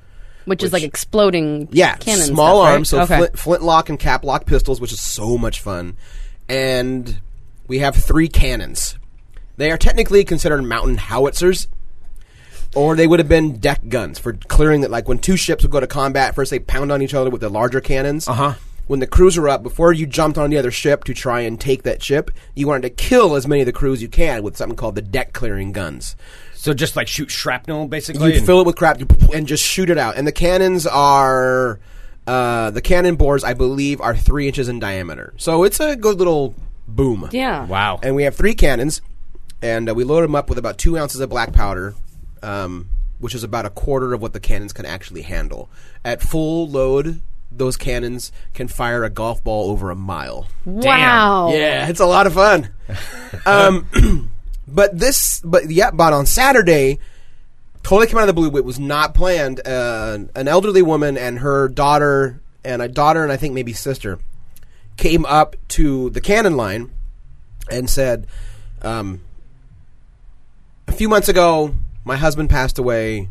Speaker 1: which, is like exploding
Speaker 8: Yeah,
Speaker 1: cannon
Speaker 8: small
Speaker 1: stuff, right?
Speaker 8: arms, so
Speaker 1: okay.
Speaker 8: flint, flintlock and caplock pistols, which is so much fun. And we have three cannons. They are technically considered mountain howitzers, or they would have been deck guns for clearing that. Like when two ships would go to combat, first they pound on each other with the larger cannons. Uh huh. When the crews are up, before you jumped on the other ship to try and take that ship, you wanted to kill as many of the crews you can with something called the deck clearing guns.
Speaker 7: So just like shoot shrapnel, basically.
Speaker 8: You
Speaker 7: and-
Speaker 8: fill it with crap you- and just shoot it out. And the cannons are uh, the cannon bores, I believe, are three inches in diameter. So it's a good little boom.
Speaker 1: Yeah.
Speaker 7: Wow.
Speaker 8: And we have three cannons, and uh, we load them up with about two ounces of black powder, um, which is about a quarter of what the cannons can actually handle. At full load, those cannons can fire a golf ball over a mile.
Speaker 1: Wow.
Speaker 8: Yeah, it's a lot of fun. um, but this, but yeah, but on Saturday, totally came out of the blue. It was not planned. Uh, an elderly woman and her daughter, and a daughter, and I think maybe sister, came up to the cannon line and said, um, "A few months ago, my husband passed away.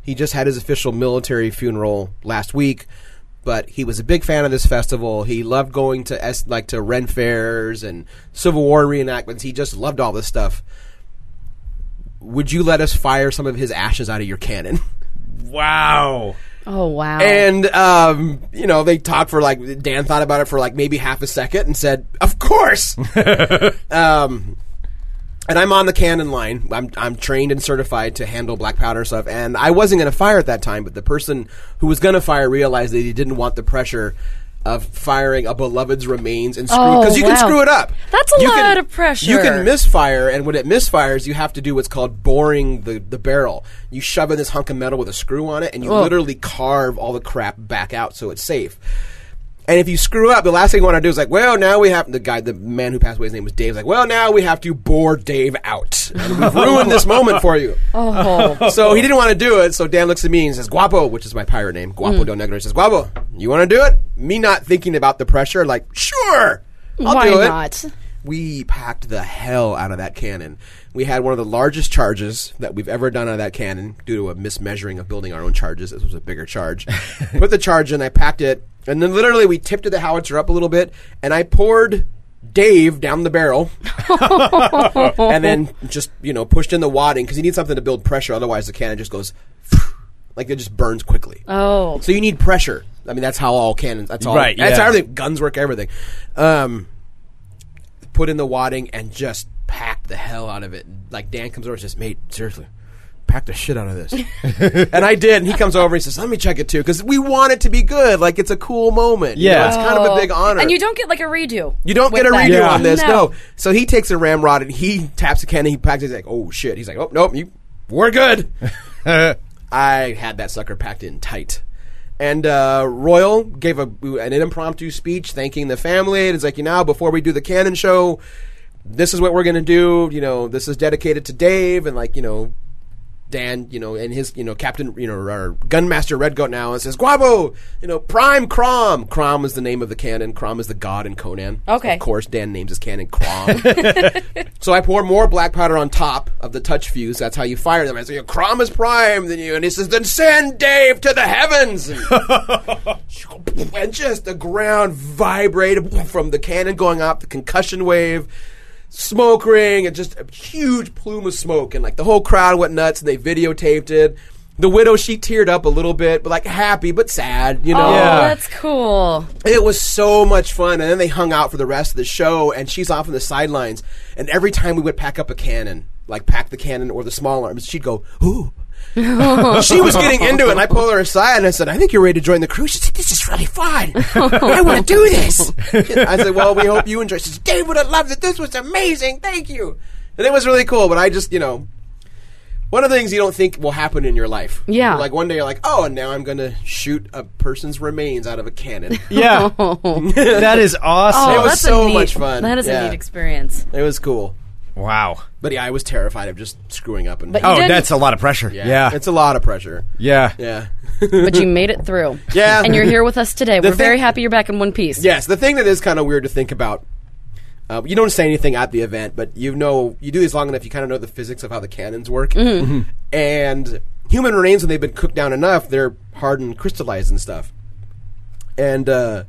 Speaker 8: He just had his official military funeral last week." But he was a big fan of this festival. He loved going to es- like to Ren fairs and Civil War reenactments. He just loved all this stuff would you let us fire some of his ashes out of your cannon?
Speaker 7: wow.
Speaker 1: Oh wow.
Speaker 8: And um, you know, they talked for like Dan thought about it for like maybe half a second and said, "Of course." um, and I'm on the cannon line. I'm I'm trained and certified to handle black powder stuff. And I wasn't going to fire at that time, but the person who was going to fire realized that he didn't want the pressure of firing a beloved's remains and screw
Speaker 1: Oh,
Speaker 8: because you can
Speaker 1: wow.
Speaker 8: screw it up.
Speaker 1: That's a
Speaker 8: You
Speaker 1: lot of pressure.
Speaker 8: You can misfire, and when it misfires, you have to do what's called boring the, the barrel. You shove in this hunk of metal with a screw on it, and you
Speaker 1: Oh.
Speaker 8: literally carve all the crap back out so it's safe. And if you screw up, the last thing you want to do is like, well, now we have the guy, the man who passed away, his name was Dave. is Like, well, now we have to bore Dave out. And we've ruined this moment for you.
Speaker 1: oh.
Speaker 8: So he didn't want to do it. So Dan looks at me and says, "Guapo," which is my pirate name,
Speaker 1: Hmm.
Speaker 8: Guapo Del Negro. He says, "Guapo, you want to do it?" Me not thinking about the pressure, like, "Sure, I'll
Speaker 1: Why
Speaker 8: do it."
Speaker 1: not?
Speaker 8: We packed the hell out of that cannon. We had one of the largest charges that we've ever done out of that cannon due to a mismeasuring of building our own charges. This was a bigger charge. Put the charge in, I packed it, and then literally we tipped the howitzer up a little bit, and I poured Dave down the barrel and then just you know pushed in the wadding because you need something to build pressure. Otherwise, the cannon just goes like it just burns quickly.
Speaker 1: Oh.
Speaker 8: so you need pressure. I mean, that's how all cannons. That's all.
Speaker 7: Right,
Speaker 8: That's
Speaker 7: yeah.
Speaker 8: how everything. Guns work. Everything. Um, put in the wadding and just pack the hell out of it. Like Dan comes over and says, "Mate, seriously." Pack the shit out of this, and I did. And he comes over. and He says, "Let me check it too, because we want it to be good. Like it's a cool moment. You know,
Speaker 7: Yeah.
Speaker 8: it's kind of a big honor.
Speaker 1: Oh. And you don't get like a redo.
Speaker 8: You don't
Speaker 1: with
Speaker 8: get a
Speaker 1: that.
Speaker 8: redo
Speaker 7: Yeah.
Speaker 8: on this.
Speaker 1: No.
Speaker 8: No. So he takes a ramrod and he taps a cannon. He packs it. He's like, oh shit. He's like, oh nope, you we're good. I had that sucker packed in tight. And uh, Royal gave a, an impromptu speech thanking the family. It's like, you know, before we do the cannon show, this is what we're gonna do. You know, this is dedicated to Dave and like, you know, Dan, you know, and his, you know, Captain, you know, our Gunmaster Redcoat now, and says, Guabo, you know, Prime Crom. Crom is the name of the canon. Crom is the god in Conan.
Speaker 1: Okay.
Speaker 8: Of course, Dan names his canon Crom. so I pour more black powder on top of the touch fuse. That's how you fire them. I say, Crom is Prime, then you, and he says, then send Dave to the heavens. And, and just the ground vibrated from the cannon going up, the concussion wave smoke ring and just a huge plume of smoke and like the whole crowd went nuts and they videotaped it the widow she teared up a little bit but like happy but sad you know
Speaker 1: Oh,
Speaker 7: Yeah.
Speaker 1: that's cool.
Speaker 8: it was so much fun and then they hung out for the rest of the show and she's off on the sidelines and every time we would pack up a cannon like pack the cannon or the small arms she'd go ooh she was getting into it, and I pulled her aside and I said, "I think you're ready to join the crew." She said, "This is really fun. I want to do this." I said, "Well, we hope you enjoy." She said, "Dave would have loved it. This was amazing. Thank you." And it was really cool, but I just, you know, one of the things you don't think will happen in your life.
Speaker 1: Yeah.
Speaker 8: Like one day you're like, oh, and now I'm going to shoot a person's remains out of a cannon.
Speaker 7: Yeah, that is awesome.
Speaker 8: Oh. It was
Speaker 1: Oh, that's a
Speaker 8: so
Speaker 1: neat-
Speaker 8: much fun.
Speaker 1: That is
Speaker 8: Yeah.
Speaker 1: a neat experience.
Speaker 8: it was cool.
Speaker 7: wow.
Speaker 8: But yeah, I was terrified of just screwing up and
Speaker 1: But you
Speaker 7: Oh,
Speaker 1: didn't-
Speaker 7: that's a lot of pressure. Yeah,
Speaker 8: It's a lot of pressure.
Speaker 7: yeah.
Speaker 8: Yeah.
Speaker 1: But you made it through.
Speaker 8: Yeah.
Speaker 1: And you're here with us today. We're
Speaker 8: thing-
Speaker 1: very happy you're back in one piece.
Speaker 8: Yes, the thing that is kind of weird to think about. Uh, you don't say anything at the event, but you know you do this long enough, you kind of know the physics of how the cannons work.
Speaker 1: Mm-hmm.
Speaker 8: And human remains, when they've been cooked down enough, they're hardened, crystallized, and stuff. And uh,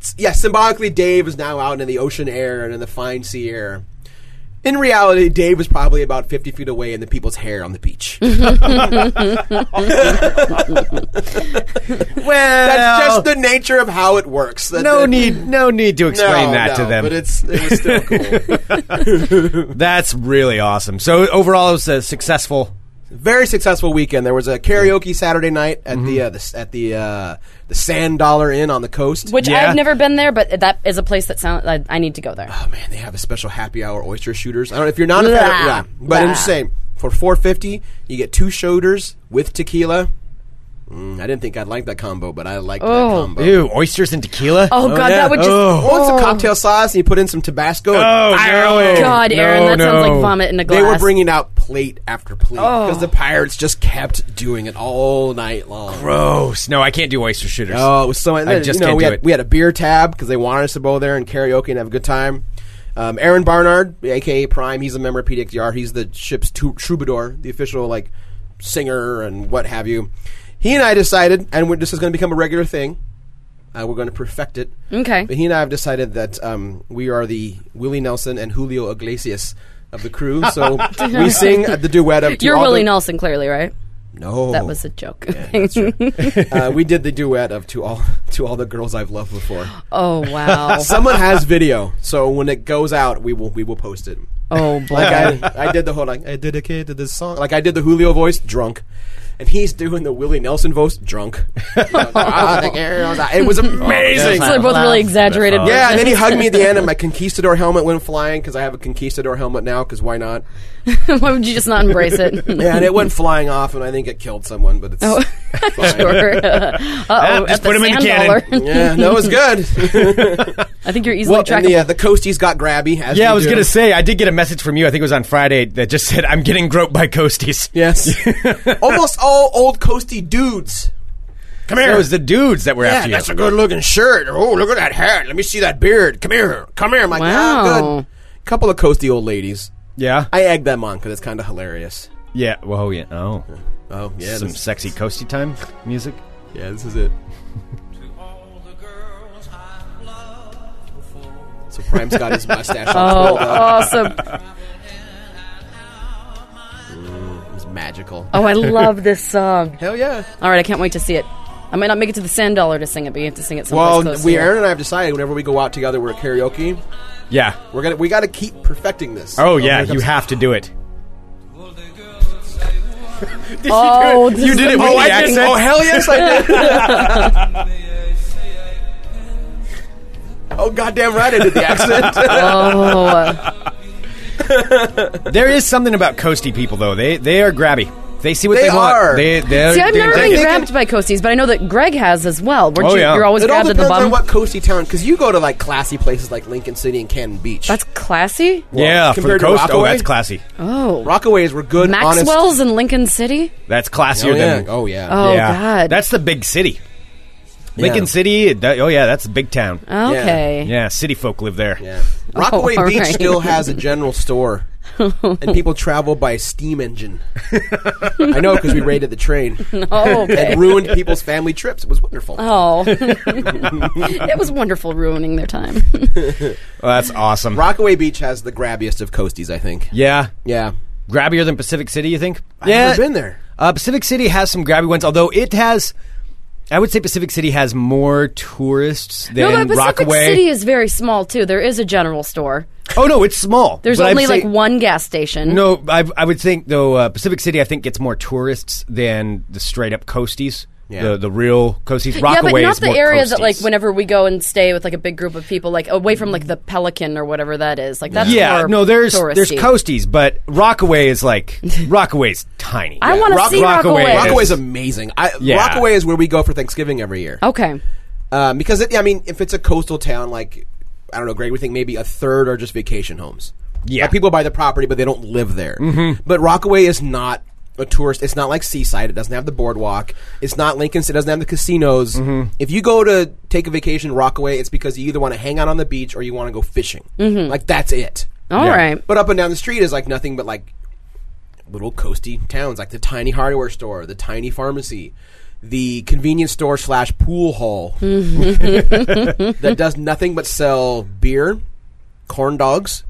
Speaker 8: s- yeah, symbolically, Dave is now out in the ocean air and in the fine sea air. In reality, Dave was probably about fifty feet away in the people's hair on the beach.
Speaker 7: Well,
Speaker 8: That's just the nature of how it works. That-
Speaker 7: no
Speaker 8: that-
Speaker 7: need, no need to
Speaker 8: No,
Speaker 7: explain that
Speaker 8: no,
Speaker 7: to them.
Speaker 8: But it's it was still cool.
Speaker 7: That's really awesome. So overall, it was a successful.
Speaker 8: very successful weekend. There was a karaoke Saturday night at the,
Speaker 7: Mm-hmm.
Speaker 8: uh, the at the uh, the Sand Dollar Inn on the coast.
Speaker 1: Which
Speaker 7: Yeah.
Speaker 1: I've never been there, but that is a place that sounds. I, I need to go there.
Speaker 8: Oh man, they have a special happy hour oyster shooters. I don't know if you're not a fan, of,
Speaker 1: Blah.
Speaker 8: yeah, but I'm just
Speaker 1: Blah.
Speaker 8: saying for 450, you get two shooters with tequila. Mm, I didn't think I'd like that combo, but I liked that combo.
Speaker 7: Oh. Ew, oysters and tequila.
Speaker 1: Oh, God,
Speaker 8: yeah.
Speaker 1: that would just. Oh,
Speaker 8: Well, it's a cocktail sauce, and you put in some Tabasco. and
Speaker 7: Oh,
Speaker 8: fire
Speaker 7: no.
Speaker 8: away.
Speaker 1: God, Aaron,
Speaker 7: No,
Speaker 1: that sounds
Speaker 7: no.
Speaker 1: like vomit in a glass.
Speaker 8: They were bringing out plate after plate because the pirates just kept doing it all night long.
Speaker 7: Gross. No, I can't do oyster shooters.
Speaker 8: Oh, it was so.
Speaker 7: I just
Speaker 8: you know,
Speaker 7: can't
Speaker 8: we
Speaker 7: do
Speaker 8: had,
Speaker 7: it.
Speaker 8: We had a beer tab because they wanted us to go there and karaoke and have a good time. Um, Aaron Barnard, aka Prime, he's a member of PDXDR. He's the ship's tou- troubadour, the official like singer and what have you. He and I decided, and we this is going to become a regular thing. Uh, we're going to perfect it.
Speaker 1: Okay.
Speaker 8: But he and I have decided that um, we are the Willie Nelson and Julio Iglesias of the crew. So we sing the duet of. to
Speaker 1: You're
Speaker 8: all
Speaker 1: Willie
Speaker 8: the- Oh.
Speaker 1: Nelson, clearly, right?
Speaker 8: No,
Speaker 1: That was a joke.
Speaker 8: uh, we did the duet of to all to all the girls I've loved before.
Speaker 1: oh wow.
Speaker 8: Someone has video, so when it goes out, we will we will post it.
Speaker 1: oh boy.
Speaker 8: Like I, I did the whole like I dedicated this song. Like I did the Julio voice drunk, and he's doing the Willie Nelson voice drunk. it was amazing.
Speaker 1: so they're both really exaggerated.
Speaker 8: Yeah, and then he hugged me at the end, and my conquistador helmet went flying because I have a conquistador helmet now. Because why not?
Speaker 1: Why would you just not embrace it?
Speaker 8: Yeah, and it went flying off, and I think it killed someone, but it's fine.
Speaker 1: Oh. sure. Uh, oh,
Speaker 7: just put him in the cannon.
Speaker 8: Yeah, no, it was good.
Speaker 1: I think you're easily
Speaker 8: well, and
Speaker 1: trackable.
Speaker 8: the, uh, the coasties got grabby. As
Speaker 7: yeah,
Speaker 8: we
Speaker 7: I was
Speaker 8: do.
Speaker 7: gonna say I did get a message from you. I think it was on Friday that just said I'm getting groped by coasties.
Speaker 8: Yes, almost all old coasty dudes
Speaker 7: Come here. It was the dudes that were after you.
Speaker 8: that's a good looking shirt. Oh, look at that hat. Let me see that beard. Come here. Come here. I'm like, wow.
Speaker 1: Wow.
Speaker 8: good. Couple of coasty old ladies.
Speaker 7: yeah,
Speaker 8: I egg them on because it's kind of hilarious.
Speaker 7: yeah. Whoa, yeah. Oh,
Speaker 8: Oh, yeah.
Speaker 7: some
Speaker 8: this,
Speaker 7: sexy coasty time music.
Speaker 8: yeah, this is it. So Prime's got his mustache all
Speaker 1: oh,
Speaker 8: twirled up.
Speaker 1: awesome.
Speaker 8: It was magical.
Speaker 1: Oh, I love this song.
Speaker 8: Hell yeah.
Speaker 1: All right, I can't wait to see it. I might not make it to the sand dollar to sing it, but you have to sing it someplace
Speaker 8: Well,
Speaker 1: close
Speaker 8: we
Speaker 1: to you.
Speaker 8: Aaron and I have decided whenever we go out together, we're at karaoke.
Speaker 7: Yeah.
Speaker 8: We're gonna we got to keep perfecting this.
Speaker 7: Oh, yeah.
Speaker 8: here
Speaker 7: You
Speaker 8: comes-
Speaker 7: have to do it.
Speaker 1: Oh, this
Speaker 7: You
Speaker 1: is
Speaker 7: did it with
Speaker 8: Oh,
Speaker 7: the
Speaker 8: I did.
Speaker 7: accent.
Speaker 8: Oh, hell yes, I did. oh, goddamn right, I did the accent.
Speaker 1: Oh,
Speaker 7: There is something about coasty people though. They they are grabby. They see what
Speaker 8: They
Speaker 7: they,
Speaker 8: are.
Speaker 7: want. They they're-
Speaker 1: see, I've
Speaker 7: they're
Speaker 1: never
Speaker 7: taking-
Speaker 1: been
Speaker 8: can-
Speaker 1: grabbed by coasties, but I know that Greg has as well. Weren't
Speaker 7: Oh,
Speaker 1: you?
Speaker 7: yeah.
Speaker 1: You're always
Speaker 8: It all
Speaker 1: grabbed at the
Speaker 8: depends
Speaker 1: bottom.
Speaker 8: on what coasty town, because you go to like classy places like Lincoln City and Cannon Beach.
Speaker 1: That's classy.
Speaker 7: Yeah, for the
Speaker 8: compared to
Speaker 7: coast. Oh,
Speaker 8: Rockaway?
Speaker 7: that's classy.
Speaker 1: Oh,
Speaker 8: Rockaways were good, honest.
Speaker 1: Maxwell's in Lincoln City.
Speaker 7: That's
Speaker 8: Oh
Speaker 7: classier
Speaker 8: yeah.
Speaker 7: than.
Speaker 8: oh yeah.
Speaker 1: Oh God.
Speaker 7: That's the big city.
Speaker 8: Yeah.
Speaker 7: Lincoln City. that- oh yeah, that's a big town.
Speaker 1: Okay.
Speaker 7: yeah, city folk live there.
Speaker 8: Yeah. Rockaway
Speaker 1: all
Speaker 8: Beach
Speaker 1: right.
Speaker 8: still has a general store, and people travel by steam engine. I know because we raided the train
Speaker 1: Oh, okay.
Speaker 8: and ruined people's family trips. It was wonderful.
Speaker 1: Oh, it was wonderful ruining their time.
Speaker 7: Oh, that's awesome.
Speaker 8: Rockaway Beach has the grabbiest of coasties, I think.
Speaker 7: yeah,
Speaker 8: Yeah.
Speaker 7: grabbier than Pacific City. You think?
Speaker 8: I've never been there.
Speaker 7: Uh, Pacific City has some grabby ones, although it has. I would say Pacific City has more tourists than
Speaker 1: no, but Pacific
Speaker 7: Rockaway.
Speaker 1: City is very small too. There is a general store.
Speaker 7: oh no, it's small.
Speaker 1: There's
Speaker 7: But I'd
Speaker 1: only
Speaker 7: say-
Speaker 1: like one gas station.
Speaker 7: No, I, I would think though uh, Pacific City I think gets more tourists than the straight up coasties.
Speaker 8: Yeah.
Speaker 7: the the real coasties. Rockaways,
Speaker 1: yeah, but not the
Speaker 7: more
Speaker 1: area that like
Speaker 7: coasties.
Speaker 1: whenever we go and stay with like a big group of people, like away from like the Pelican or whatever that is. Like that's
Speaker 7: Yeah,
Speaker 1: more
Speaker 7: no, there's
Speaker 1: touristy.
Speaker 7: there's coasties, but Rockaway is like Rockaway's tiny.
Speaker 1: I want to
Speaker 8: Rock-
Speaker 1: see Rockaway.
Speaker 7: Rockaway.
Speaker 8: Rockaway's amazing. I,
Speaker 7: Yeah.
Speaker 8: Rockaway is where we go for Thanksgiving every year.
Speaker 1: Okay.
Speaker 8: Um, because it, I mean, if it's a coastal town, like I don't know, Greg, we think maybe a third are just vacation homes.
Speaker 7: Yeah.
Speaker 8: like people buy the property, but they don't live there. But Rockaway is not a tourist. It's not like Seaside. It doesn't have the boardwalk. It's not Lincoln. It doesn't have the casinos. If you go to take a vacation in Rockaway, it's because you either want to hang out on the beach or you want to go fishing. Like that's it.
Speaker 1: All
Speaker 7: Yeah.
Speaker 1: right.
Speaker 8: But up and down the street is like nothing but like little coasty towns, like the tiny hardware store, the tiny pharmacy, the convenience store slash pool hall
Speaker 1: Mm-hmm.
Speaker 8: that does nothing but sell beer, corn dogs,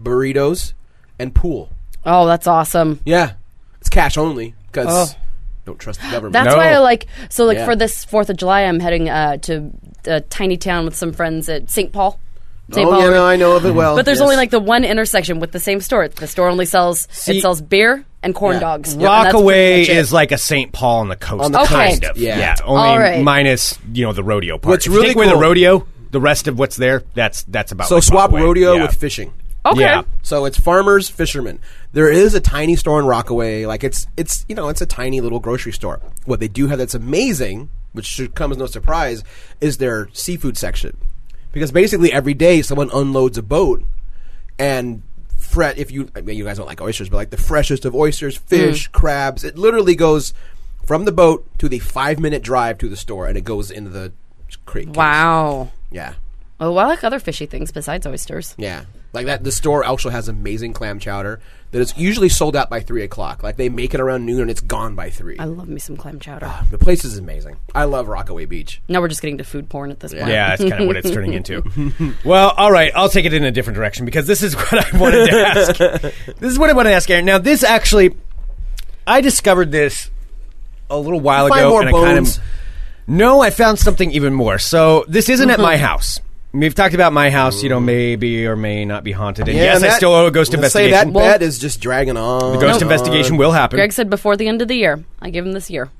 Speaker 8: burritos, and pool.
Speaker 1: Oh, that's awesome.
Speaker 8: Yeah, it's cash only
Speaker 7: Oh.
Speaker 8: because don't trust the government.
Speaker 1: That's
Speaker 7: No.
Speaker 1: why I like so like
Speaker 8: Yeah.
Speaker 1: for this Fourth of July, I'm heading uh, to a tiny town with some friends at St. Paul. St.
Speaker 8: oh
Speaker 1: Paul.
Speaker 8: yeah, no, I know of it well.
Speaker 1: But there's
Speaker 8: Yes.
Speaker 1: only like the one intersection with the same store. The store only sells
Speaker 7: See-
Speaker 1: it sells beer and corn
Speaker 8: Yeah.
Speaker 1: dogs. And that's
Speaker 7: Rockaway
Speaker 1: pretty much it.
Speaker 7: is like a St. Paul on the coast,
Speaker 8: On the
Speaker 7: kind
Speaker 1: coast.
Speaker 7: of.
Speaker 8: Yeah.
Speaker 7: only
Speaker 1: All right.
Speaker 7: minus you know the rodeo part.
Speaker 8: What's
Speaker 7: if
Speaker 8: really
Speaker 7: you take away
Speaker 8: cool-
Speaker 7: the rodeo, the rest of what's there, that's that's about.
Speaker 8: so
Speaker 7: like
Speaker 8: swap
Speaker 7: Rockaway.
Speaker 8: rodeo
Speaker 7: Yeah.
Speaker 8: with fishing.
Speaker 1: okay.
Speaker 7: Yeah.
Speaker 8: So it's farmers, fishermen. There is a tiny store in Rockaway. Like it's it's you know it's a tiny little grocery store. What they do have that's amazing, which should come as no surprise, is their seafood section, because basically every day someone unloads a boat and. Fret if you I mean, you guys don't like oysters, but like the freshest of oysters, fish, crabs. It literally goes from the boat to the five minute drive to the store, and it goes into the creek.
Speaker 1: Wow.
Speaker 8: Yeah,
Speaker 1: Oh, well, I like other fishy things besides oysters.
Speaker 8: yeah, like that. The store also has amazing clam chowder that is usually sold out by three o'clock. Like they make it around noon and it's gone by three.
Speaker 1: I love me some clam chowder.
Speaker 8: the place is amazing. I love Rockaway Beach.
Speaker 1: Now we're just getting to food porn at this point.
Speaker 7: Yeah, that's kind of what it's turning into. well, all right, I'll take it in a different direction because this is what I wanted to ask. this is what I want to ask Aaron. Now, this actually, I discovered this a little while
Speaker 8: Find
Speaker 7: ago,
Speaker 8: more
Speaker 7: and I kind
Speaker 8: bones.
Speaker 7: of no, I found something even more. So this isn't at my
Speaker 8: Mm-hmm.
Speaker 7: house. We've talked about my house, you know, maybe or may not be haunted. And yes,
Speaker 8: and
Speaker 7: I
Speaker 8: that-
Speaker 7: still owe a ghost
Speaker 8: let's Say
Speaker 7: investigation.
Speaker 8: that bed is just dragging on. Uh,
Speaker 7: the ghost investigation will happen.
Speaker 1: Greg said before the end of the year. I give him this year.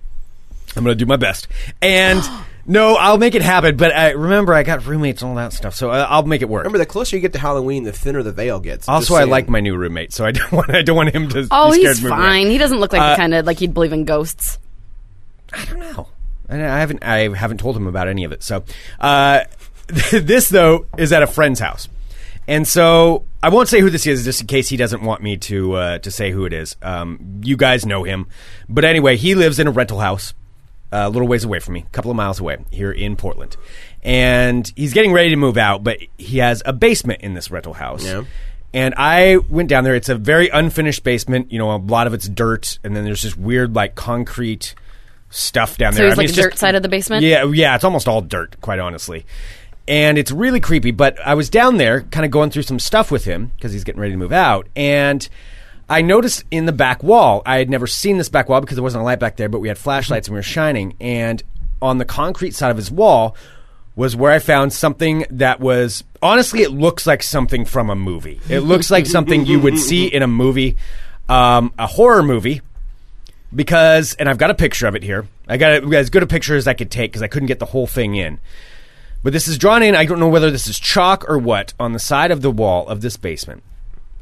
Speaker 7: I'm going to do my best. And no, I'll make it happen. But I, remember, I got roommates and all that stuff, so I, I'll make it work.
Speaker 8: Remember, the closer you get to Halloween, the thinner the veil gets.
Speaker 7: Also,
Speaker 8: Just
Speaker 7: I
Speaker 8: saying.
Speaker 7: like my new roommate, so I don't want I don't want him to.
Speaker 1: Oh,
Speaker 7: be scared
Speaker 1: he's
Speaker 7: moving
Speaker 1: fine.
Speaker 7: around.
Speaker 1: He doesn't look like
Speaker 7: Uh,
Speaker 1: the kind of like he'd believe in ghosts.
Speaker 7: I don't know. I I haven't I haven't told him about any of it. So uh, this though is at a friend's house, and so I won't say who this is just in case he doesn't want me to uh, to say who it is. Um, you guys know him, but anyway, he lives in a rental house. uh, a little ways away from me, a couple of miles away here in Portland. And he's getting ready to move out, but he has a basement in this rental house.
Speaker 8: Yeah.
Speaker 7: And I went down there. It's a very unfinished basement. You know, a lot of it's dirt, and then there's just weird, like, concrete stuff down
Speaker 1: So
Speaker 7: there.
Speaker 1: it's like
Speaker 7: it's
Speaker 1: dirt side of the basement?
Speaker 7: Yeah, yeah, it's almost all dirt, quite honestly. And it's really creepy. But I was down there, kind of going through some stuff with him because he's getting ready to move out, and I noticed in the back wall. I had never seen this back wall because there wasn't a light back there, but we had flashlights and we were shining. And on the concrete side of his wall was where I found something that was honestly, it looks like something from a movie. It looks like something you would see in a movie, um, a horror movie because, and I've got a picture of it here. I got a, as good a picture as I could take because I couldn't get the whole thing in. But this is drawn in. I don't know whether this is chalk or what on the side of the wall of this basement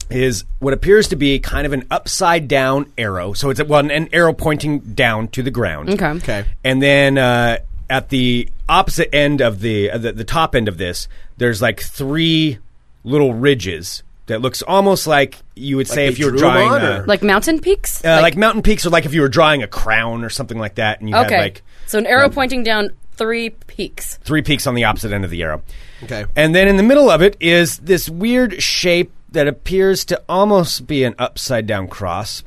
Speaker 7: is what appears to be kind of an upside down arrow. So it's a, well, an, an arrow pointing down to the ground.
Speaker 1: Okay.
Speaker 8: Okay.
Speaker 7: And then uh, at the opposite end of the, uh, the the top end of this, there's like three little ridges that looks almost like you would say
Speaker 8: they
Speaker 7: if you were
Speaker 8: drew 'em
Speaker 7: drawing uh,
Speaker 8: on,
Speaker 7: a-
Speaker 8: or-
Speaker 1: Like mountain peaks?
Speaker 7: uh, like, mountain peaks are like if you were drawing a crown or something like that, and you
Speaker 1: okay.
Speaker 7: had like
Speaker 1: so an arrow pointing down three peaks.
Speaker 7: three peaks on the opposite end of the arrow.
Speaker 8: Okay.
Speaker 7: And then in the middle of it is this weird shape that appears to almost be an upside down cross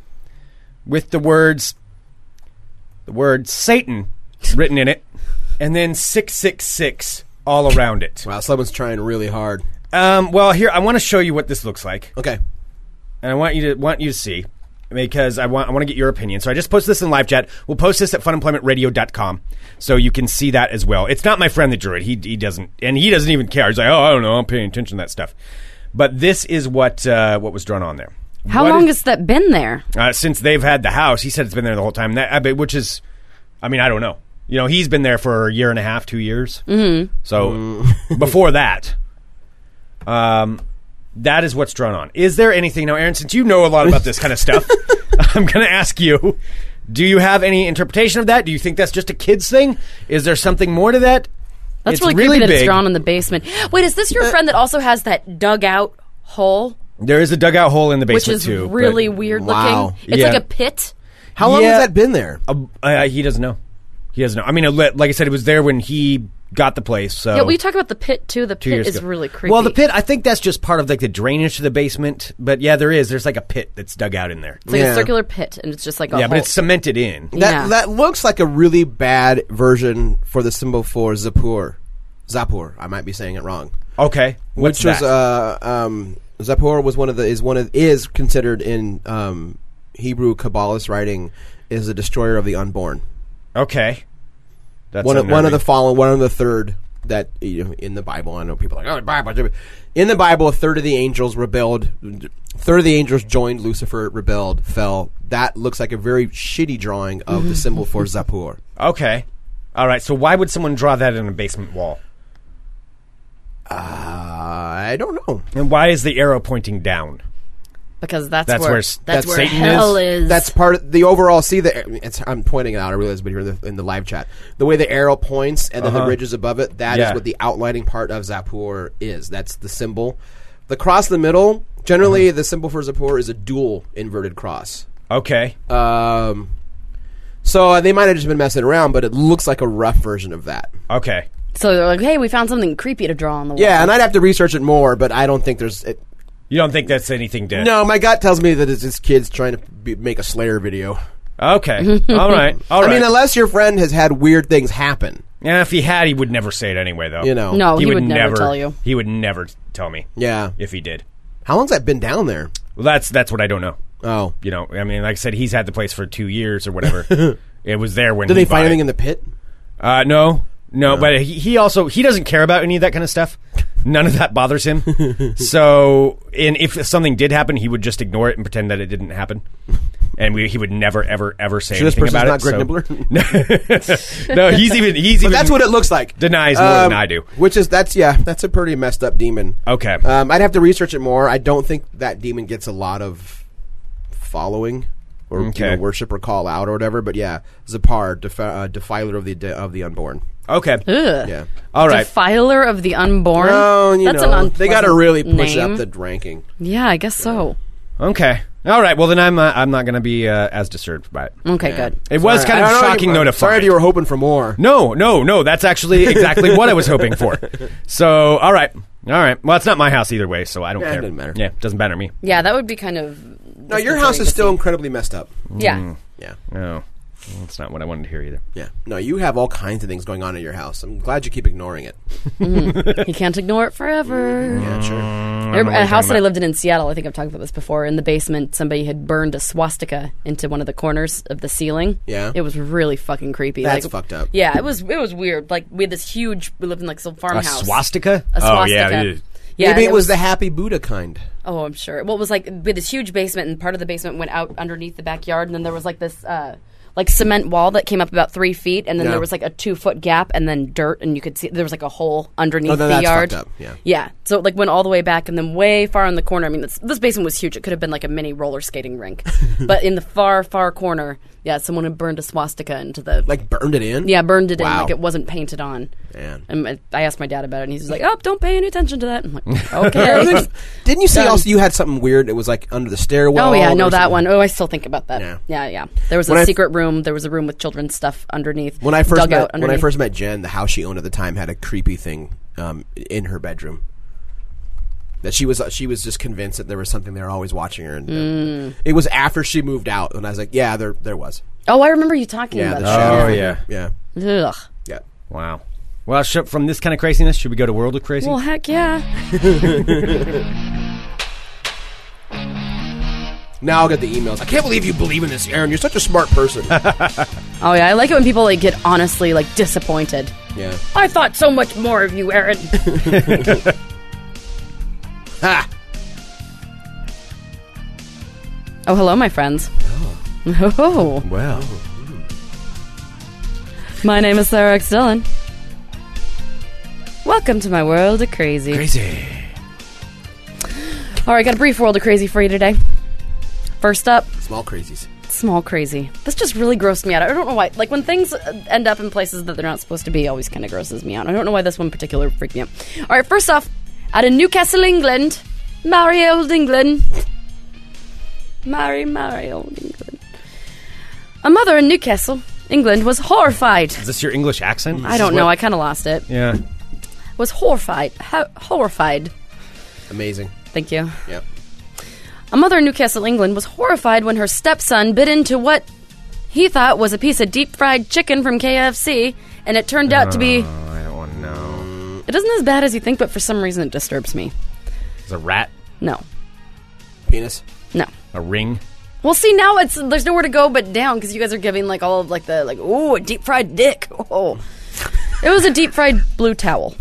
Speaker 7: with the words, the word Satan written in it, and then 666 all around it.
Speaker 8: Wow, someone's trying really hard.
Speaker 7: Um, well, here, I want to show you what this looks like.
Speaker 8: Okay.
Speaker 7: and I want you to want you to see because I want I want to get your opinion. So I just post this in live chat. We'll post this at funemploymentradio.com so you can see that as well. It's not my friend that drew it. He he doesn't and he doesn't even care. He's like, "Oh, I don't know. I'm paying attention to that stuff." But this is what uh, what was drawn on there.
Speaker 1: How
Speaker 7: What
Speaker 1: long
Speaker 7: is-
Speaker 1: has that been there?
Speaker 7: uh, since they've had the house? He said it's been there the whole time. That I bet- which is I mean, I don't know. You know, he's been there for a year and a half, two years. Mm-hmm. So
Speaker 8: Mm.
Speaker 7: before that, um, that is what's drawn on. Is there anything now, Aaron? Since you know a lot about this kind of stuff, I'm going to ask you: Do you have any interpretation of that? Do you think that's just a kids thing? Is there something more to that?
Speaker 1: That's
Speaker 7: It's
Speaker 1: really,
Speaker 7: really
Speaker 1: creepy that
Speaker 7: big. Uh,
Speaker 1: it's drawn in the basement. Wait, is this your friend that also has that dugout hole,
Speaker 7: There is a dugout hole in the
Speaker 1: which
Speaker 7: basement
Speaker 1: is
Speaker 7: too. but-
Speaker 1: really weird
Speaker 8: Wow.
Speaker 1: looking? It's
Speaker 7: Yeah.
Speaker 1: like a pit.
Speaker 8: How long
Speaker 7: Yeah.
Speaker 8: has that been there?
Speaker 7: Uh, uh, he doesn't know. He doesn't know. I mean, uh, li- like I said, it was there when he got the place. So
Speaker 1: Yeah, we talk about the pit too. The
Speaker 7: Oh. two
Speaker 1: pit
Speaker 7: years
Speaker 1: is
Speaker 7: ago.
Speaker 1: really creepy.
Speaker 7: Well, the pit. I think that's just part of like the drainage to the basement. But yeah, there is. There's like a pit that's dug out in there.
Speaker 1: It's like
Speaker 8: Yeah.
Speaker 1: a circular pit, and it's just like a
Speaker 7: yeah,
Speaker 1: hole.
Speaker 7: but it's cemented in.
Speaker 8: That
Speaker 1: Yeah.
Speaker 8: that looks like a really bad version for the symbol for Zapur. Zapur. I might be saying it wrong.
Speaker 7: Okay, what's
Speaker 8: which was
Speaker 7: that?
Speaker 8: uh, um, Zapor was one of the is one of is considered in um, Hebrew Kabbalist writing is the destroyer of the unborn.
Speaker 7: okay. That's
Speaker 8: uh, one of, one of the
Speaker 7: unnerving.
Speaker 8: fallen, one of the third that you know, in the Bible. I know people are like oh the Bible. In the Bible, a third of the angels rebelled. Third of the angels joined Lucifer, rebelled, fell. That looks like a very shitty drawing of
Speaker 7: Mm-hmm.
Speaker 8: the symbol for Zapor.
Speaker 7: okay. All right. So why would someone draw that in a basement wall?
Speaker 8: I don't know.
Speaker 7: And why is the arrow pointing down?
Speaker 1: because that's,
Speaker 7: That's
Speaker 1: where,
Speaker 7: where s-
Speaker 1: that's,
Speaker 7: that's
Speaker 1: where
Speaker 7: Satan
Speaker 1: hell is.
Speaker 8: That's part of the overall. See the. It's, I'm pointing it out. I realize, but here in the, in the live chat, the way the arrow points and then the ridges above it. that is
Speaker 7: Uh-huh. Yeah.
Speaker 8: what the outlining part of Zapor is. That's the symbol. The cross in the middle. Generally,
Speaker 7: Mm-hmm.
Speaker 8: the symbol for Zapor is a dual inverted cross.
Speaker 7: Okay.
Speaker 8: Um, so uh, they might have just been messing around, but it looks like a rough version of that.
Speaker 7: okay.
Speaker 1: so they're like, hey, we found something creepy to draw on the wall.
Speaker 8: Yeah, and I'd have to research it more, but I don't think there's. It,
Speaker 7: You don't think that's anything to?
Speaker 8: no, my gut tells me that it's just kids trying to be, make a Slayer video.
Speaker 7: Okay. All right. All
Speaker 8: I
Speaker 7: right.
Speaker 8: mean, unless your friend has had weird things happen,
Speaker 7: yeah, if he had, he would never say it anyway, though.
Speaker 8: you know.
Speaker 1: No, Oh, he, would, never, tell you.
Speaker 7: He would never tell me.
Speaker 8: Yeah.
Speaker 7: If he did.
Speaker 8: How long's that been down there?
Speaker 7: Well, that's that's what I don't know.
Speaker 8: Oh,
Speaker 7: You know, I mean, like I said, he's had the place for two years or whatever. it was there when
Speaker 8: did
Speaker 7: he
Speaker 8: they find
Speaker 7: bought
Speaker 8: anything
Speaker 7: it.
Speaker 8: in the pit?
Speaker 7: Uh, no, no, but he, he also he doesn't care about any of that kind of stuff. None of that bothers him. so, and if something did happen, he would just ignore it and pretend that it didn't happen. And we, he would never, ever, ever say
Speaker 8: Sure, this
Speaker 7: anything
Speaker 8: person's
Speaker 7: about
Speaker 8: not
Speaker 7: it.
Speaker 8: Greg
Speaker 7: Nibbler. no, he's even he's even.
Speaker 8: But that's what it looks like. Um,
Speaker 7: denies more than I do. Oh.
Speaker 8: Which is that's yeah, that's a pretty messed up demon.
Speaker 7: Okay.
Speaker 8: Um, I'd have to research it more. I don't think that demon gets a lot of following or you
Speaker 7: Okay.
Speaker 8: know, worship or call out or whatever. But yeah, Zapar, defi- uh, defiler of the de- of the unborn.
Speaker 7: okay.
Speaker 1: Ugh.
Speaker 8: Yeah.
Speaker 7: All right.
Speaker 1: Defiler of the unborn.
Speaker 8: Oh, you
Speaker 1: that's
Speaker 8: know,
Speaker 1: an
Speaker 8: they got to
Speaker 1: unpleasant
Speaker 8: really push
Speaker 1: name.
Speaker 8: up the ranking.
Speaker 1: Yeah, I guess so.
Speaker 7: Okay. All right. Well, then I'm uh, I'm not going to be uh, as disturbed by it.
Speaker 1: Okay, good.
Speaker 7: It was kind of
Speaker 8: Mm. I don't know if
Speaker 7: shocking
Speaker 8: you-
Speaker 7: though to
Speaker 8: Sorry
Speaker 7: find.
Speaker 8: if you were hoping for more.
Speaker 7: No, no, no. That's actually exactly what I was hoping for. So, all right, all right. Well, it's not my house either way, so I don't
Speaker 8: Yeah, it
Speaker 7: care.
Speaker 8: doesn't matter.
Speaker 7: Yeah, doesn't matter me.
Speaker 1: Yeah, that would be kind of.
Speaker 8: No, your house is still incredibly messed up.
Speaker 1: Yeah.
Speaker 7: Mm.
Speaker 8: Yeah.
Speaker 7: No, that's not what I wanted to hear either.
Speaker 8: Yeah. No, you have all kinds of things going on in your house. I'm glad you keep ignoring it.
Speaker 1: He can't ignore it
Speaker 7: Mm,
Speaker 1: forever.
Speaker 8: Yeah, sure.
Speaker 1: There-
Speaker 7: you're
Speaker 1: a house
Speaker 7: talking
Speaker 1: that I
Speaker 7: about.
Speaker 1: lived in in Seattle, I think I've talked about this before. In the basement, somebody had burned a swastika into one of the corners of the ceiling.
Speaker 8: Yeah.
Speaker 1: It was really fucking creepy.
Speaker 8: That's
Speaker 1: like,
Speaker 8: fucked up.
Speaker 1: Yeah, it was it was weird. Like we had this huge we lived in like this old
Speaker 7: A
Speaker 1: farmhouse.
Speaker 7: swastica?
Speaker 1: A
Speaker 7: Oh yeah.
Speaker 1: swastika.
Speaker 7: it-
Speaker 1: Yeah,
Speaker 8: Maybe
Speaker 1: and
Speaker 8: it was the happy Buddha kind.
Speaker 1: Oh, I'm sure. Well, it was like we had this huge basement, and part of the basement went out underneath the backyard, and then there was like this uh, like cement wall that came up about three feet, and then
Speaker 8: Yeah.
Speaker 1: there was like a two foot gap, and then dirt, and you could see there was like a hole underneath
Speaker 8: Oh, then
Speaker 1: the
Speaker 8: that's
Speaker 1: yard.
Speaker 8: fucked up, yeah.
Speaker 1: So it like went all the way back, and then way far in the corner. I mean, this, this basement was huge; it could have been like a mini roller skating rink. but in the far, far corner, yeah, someone had burned a swastika into the
Speaker 8: Like burned it in?
Speaker 1: yeah, burned it
Speaker 8: Wow.
Speaker 1: in like it wasn't painted on.
Speaker 8: Man.
Speaker 1: And I- I asked my dad about it, and he's just like, "Oh, don't pay any attention to that." I'm like, "Okay."
Speaker 8: Didn't you say
Speaker 1: Done.
Speaker 8: also you had something weird? It was like under the stairwell.
Speaker 1: Oh yeah,
Speaker 8: or
Speaker 1: no that
Speaker 8: something?
Speaker 1: one. Oh, I still think about that.
Speaker 8: Yeah.
Speaker 1: Yeah, yeah. There was a
Speaker 8: When I f-
Speaker 1: secret room. There was a room with children's stuff underneath.
Speaker 8: When I first
Speaker 1: dugout
Speaker 8: met, when I
Speaker 1: underneath.
Speaker 8: first met Jen, the house she owned at the time had a creepy thing um, in her bedroom. That she was uh, she was just convinced that there was something they were always watching her, and uh,
Speaker 1: Mm.
Speaker 8: it was after she moved out. And I was like, "Yeah, there there was."
Speaker 1: oh, I remember you talking
Speaker 8: Yeah, the
Speaker 1: about
Speaker 8: shadow
Speaker 7: Oh,
Speaker 8: figure.
Speaker 7: yeah.
Speaker 8: yeah,
Speaker 1: that. Ugh.
Speaker 8: yeah.
Speaker 7: Wow. Well, sh- from this kind of craziness, should we go to World of Crazy?
Speaker 1: Well, heck yeah.
Speaker 8: Now I'll get the emails. I can't believe you believe in this, Aaron. You're such a smart person.
Speaker 1: Oh yeah, I like it when people like get honestly like disappointed.
Speaker 8: yeah.
Speaker 1: I thought so much more of you, Aaron.
Speaker 8: Ha!
Speaker 1: oh, hello, my friends. Oh.
Speaker 8: Well,
Speaker 1: My name is Sarah X. Dillon. Welcome to my world of crazy.
Speaker 7: Crazy.
Speaker 1: All right, got a brief world of crazy for you today. First up,
Speaker 8: Small crazies.
Speaker 1: small crazy. This just really grossed me out. I don't know why. Like when things uh, end up in places that they're not supposed to be, always kind of grosses me out. I don't know why this one in particular freaked me out. All right, first off, out of Newcastle, England, Mary Old England, Mary Mary Old England. A mother in Newcastle, England, was horrified.
Speaker 7: Is this your English accent?
Speaker 1: I don't know. I kind of lost it.
Speaker 7: Yeah.
Speaker 1: Was horrified. Ho- horrified.
Speaker 8: Amazing.
Speaker 1: Thank you.
Speaker 8: Yep.
Speaker 1: A mother in Newcastle, England, was horrified when her stepson bit into what he thought was a piece of deep fried chicken from KFC, and it turned out to be.
Speaker 8: Uh.
Speaker 7: Oh, I don't want to know.
Speaker 1: It isn't as bad as you think, but for some reason it disturbs me.
Speaker 7: Is a rat
Speaker 1: No,
Speaker 8: Penis.
Speaker 1: no.
Speaker 7: a ring?
Speaker 1: Well, see, now it's there's nowhere to go but down because you guys are giving like all of like the like ooh a deep fried dick. Oh, it was a deep fried blue towel.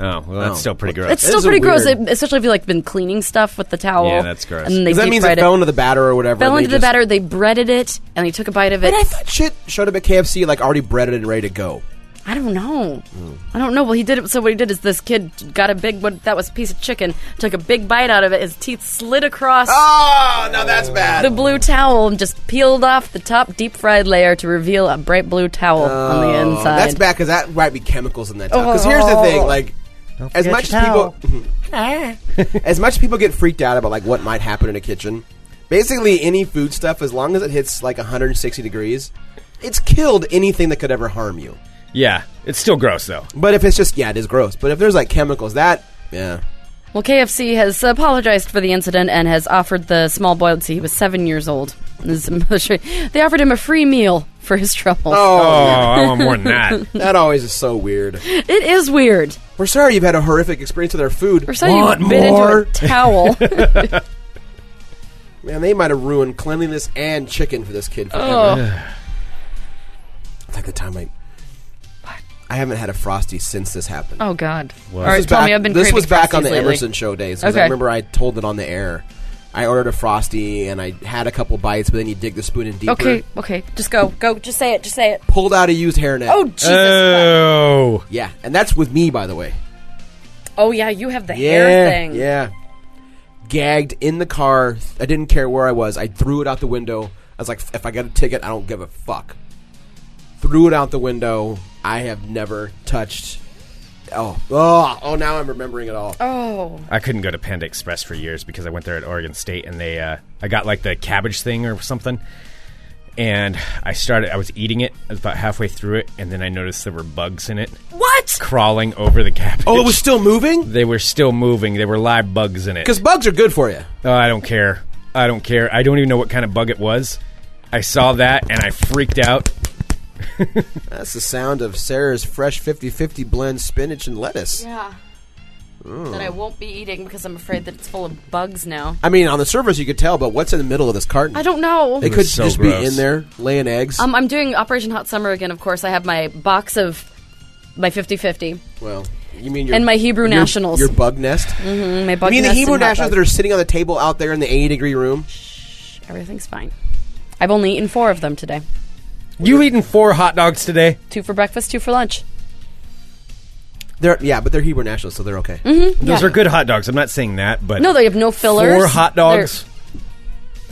Speaker 7: Oh, well, that's
Speaker 8: Oh.
Speaker 7: still pretty gross.
Speaker 1: It's
Speaker 8: That
Speaker 1: still
Speaker 8: is a
Speaker 1: pretty gross,
Speaker 8: weird-
Speaker 1: it- especially if you like been cleaning stuff with the towel.
Speaker 7: Yeah, that's gross.
Speaker 1: And they
Speaker 8: Because that
Speaker 1: deep
Speaker 8: means it
Speaker 1: fried it.
Speaker 8: fell into the batter or whatever.
Speaker 1: fell
Speaker 8: and
Speaker 1: into
Speaker 8: they
Speaker 1: the
Speaker 8: just-
Speaker 1: batter. They breaded it and they took a bite of it.
Speaker 8: But I thought shit showed up at KFC like already breaded and ready to go.
Speaker 1: I don't know.
Speaker 8: Hmm.
Speaker 1: I don't know. Well, he did it. So what he did is this kid got a big what that was a piece of chicken, took a big bite out of it. His teeth slid across
Speaker 8: Oh, no, that's bad.
Speaker 1: the blue towel and just peeled off the top deep fried layer to reveal a bright blue towel on the
Speaker 8: Oh,
Speaker 1: inside.
Speaker 8: That's bad because that might be chemicals in that. Because here's the thing, like. As much as people, mm-hmm. as much as people get freaked out about like what might happen in a kitchen, basically any food stuff, as long as it hits like 160 degrees, it's killed anything that could ever harm you.
Speaker 7: yeah, it's still gross though.
Speaker 8: But if it's just yeah, it is gross. But if there's like chemicals, that yeah,
Speaker 1: Well, KFC has apologized for the incident and has offered the small boy. Let's see, he was seven years old. This is- they offered him a free meal for his trouble.
Speaker 7: Oh, I want more than that.
Speaker 8: that always is so weird.
Speaker 1: It is weird.
Speaker 8: We're sorry you've had a horrific experience with our food.
Speaker 1: Or so you
Speaker 7: Want
Speaker 1: bit into
Speaker 7: more?
Speaker 1: a towel.
Speaker 8: Man, they might have ruined cleanliness and chicken for this kid forever.
Speaker 1: Oh,
Speaker 8: It's like the time I. I haven't had a frosty since this happened.
Speaker 1: oh God! All
Speaker 8: This
Speaker 1: right,
Speaker 8: was
Speaker 1: tell
Speaker 8: back,
Speaker 1: me I've been
Speaker 8: this
Speaker 1: craving
Speaker 8: was back on
Speaker 1: Frosties
Speaker 8: the
Speaker 1: lately.
Speaker 8: Emerson Show days. 'cause
Speaker 1: Okay.
Speaker 8: I remember I told it on the air. I ordered a frosty and I had a couple bites, but then you dig the spoon in deeper.
Speaker 1: Okay, okay, just go, go, just say it, just say it.
Speaker 8: Pulled out a used hairnet.
Speaker 1: Oh Jesus!
Speaker 8: Uh,
Speaker 7: oh,
Speaker 8: yeah, and that's with me, by the way.
Speaker 1: Oh yeah, you have the
Speaker 8: Yeah,
Speaker 1: hair thing.
Speaker 8: yeah. Gagged in the car. I didn't care where I was. I threw it out the window. I was like, if I get a ticket, I don't give a fuck. Threw it out the window. I have never touched. Oh, oh, oh! Now I'm remembering it all.
Speaker 1: Oh,
Speaker 7: I couldn't go to Panda Express for years because I went there at Oregon State and they, uh, I got like the cabbage thing or something, and I started. I was eating it. I was about halfway through it, and then I noticed there were bugs in it
Speaker 1: what?
Speaker 7: crawling over the cabbage.
Speaker 8: Oh, it was still moving
Speaker 7: They were still moving. They were live bugs in it.
Speaker 8: because bugs are good for you.
Speaker 7: Oh, I don't care. I don't care. I don't even know what kind of bug it was. I saw that and I freaked out.
Speaker 8: That's the sound of Sarah's fresh 50-50 blend spinach and lettuce.
Speaker 1: Yeah. That I won't be eating because I'm afraid that it's full of bugs now.
Speaker 8: I mean, on the surface you could tell, but what's in the middle of this carton?
Speaker 1: I don't know.
Speaker 8: It could
Speaker 7: so
Speaker 8: just be
Speaker 7: gross.
Speaker 8: in there laying eggs.
Speaker 1: Um, I'm doing Operation Hot Summer again. Of course, I have my box of my 50-50
Speaker 8: well, you mean your
Speaker 1: And my Hebrew
Speaker 8: your-
Speaker 1: nationals.
Speaker 8: your bug nest?
Speaker 1: and Mm, my bug
Speaker 8: I mean, the
Speaker 1: nest
Speaker 8: Hebrew
Speaker 1: and hot
Speaker 8: nationals that
Speaker 1: bugs.
Speaker 8: are sitting on the table out there in the 80 degree room.
Speaker 1: Everything's fine. I've only eaten four of them today.
Speaker 7: You eating four hot dogs today?
Speaker 1: Two for breakfast, two for lunch.
Speaker 8: They're yeah, but they're Hebrew nationals, so they're okay.
Speaker 1: Mm-hmm.
Speaker 7: Those are good hot dogs. I'm not saying that, but
Speaker 1: No, they have no fillers.
Speaker 7: four hot dogs.
Speaker 1: They're-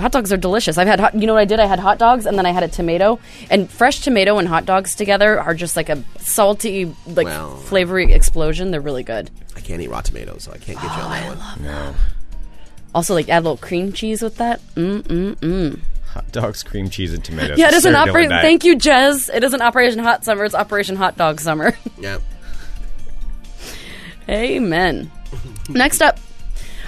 Speaker 1: hot dogs are delicious. I've had hot, you know what I did? I had hot dogs and then I had a tomato. And fresh tomato and hot dogs together are just like a salty, like
Speaker 8: Wow.
Speaker 1: flavory explosion. They're really good.
Speaker 8: I can't eat raw tomatoes, so I can't get
Speaker 1: Oh,
Speaker 8: you on that one.
Speaker 1: Also, like add a little cream cheese with that. Mm mm mm.
Speaker 7: Hot dogs, cream cheese, and tomatoes.
Speaker 1: Yeah, it is an
Speaker 7: Sarah Dillon
Speaker 1: operation.
Speaker 7: diet.
Speaker 1: Thank you, Jez. It isn't Operation Hot Summer. It's Operation Hot Dog Summer.
Speaker 8: Yeah.
Speaker 1: Amen. Next up,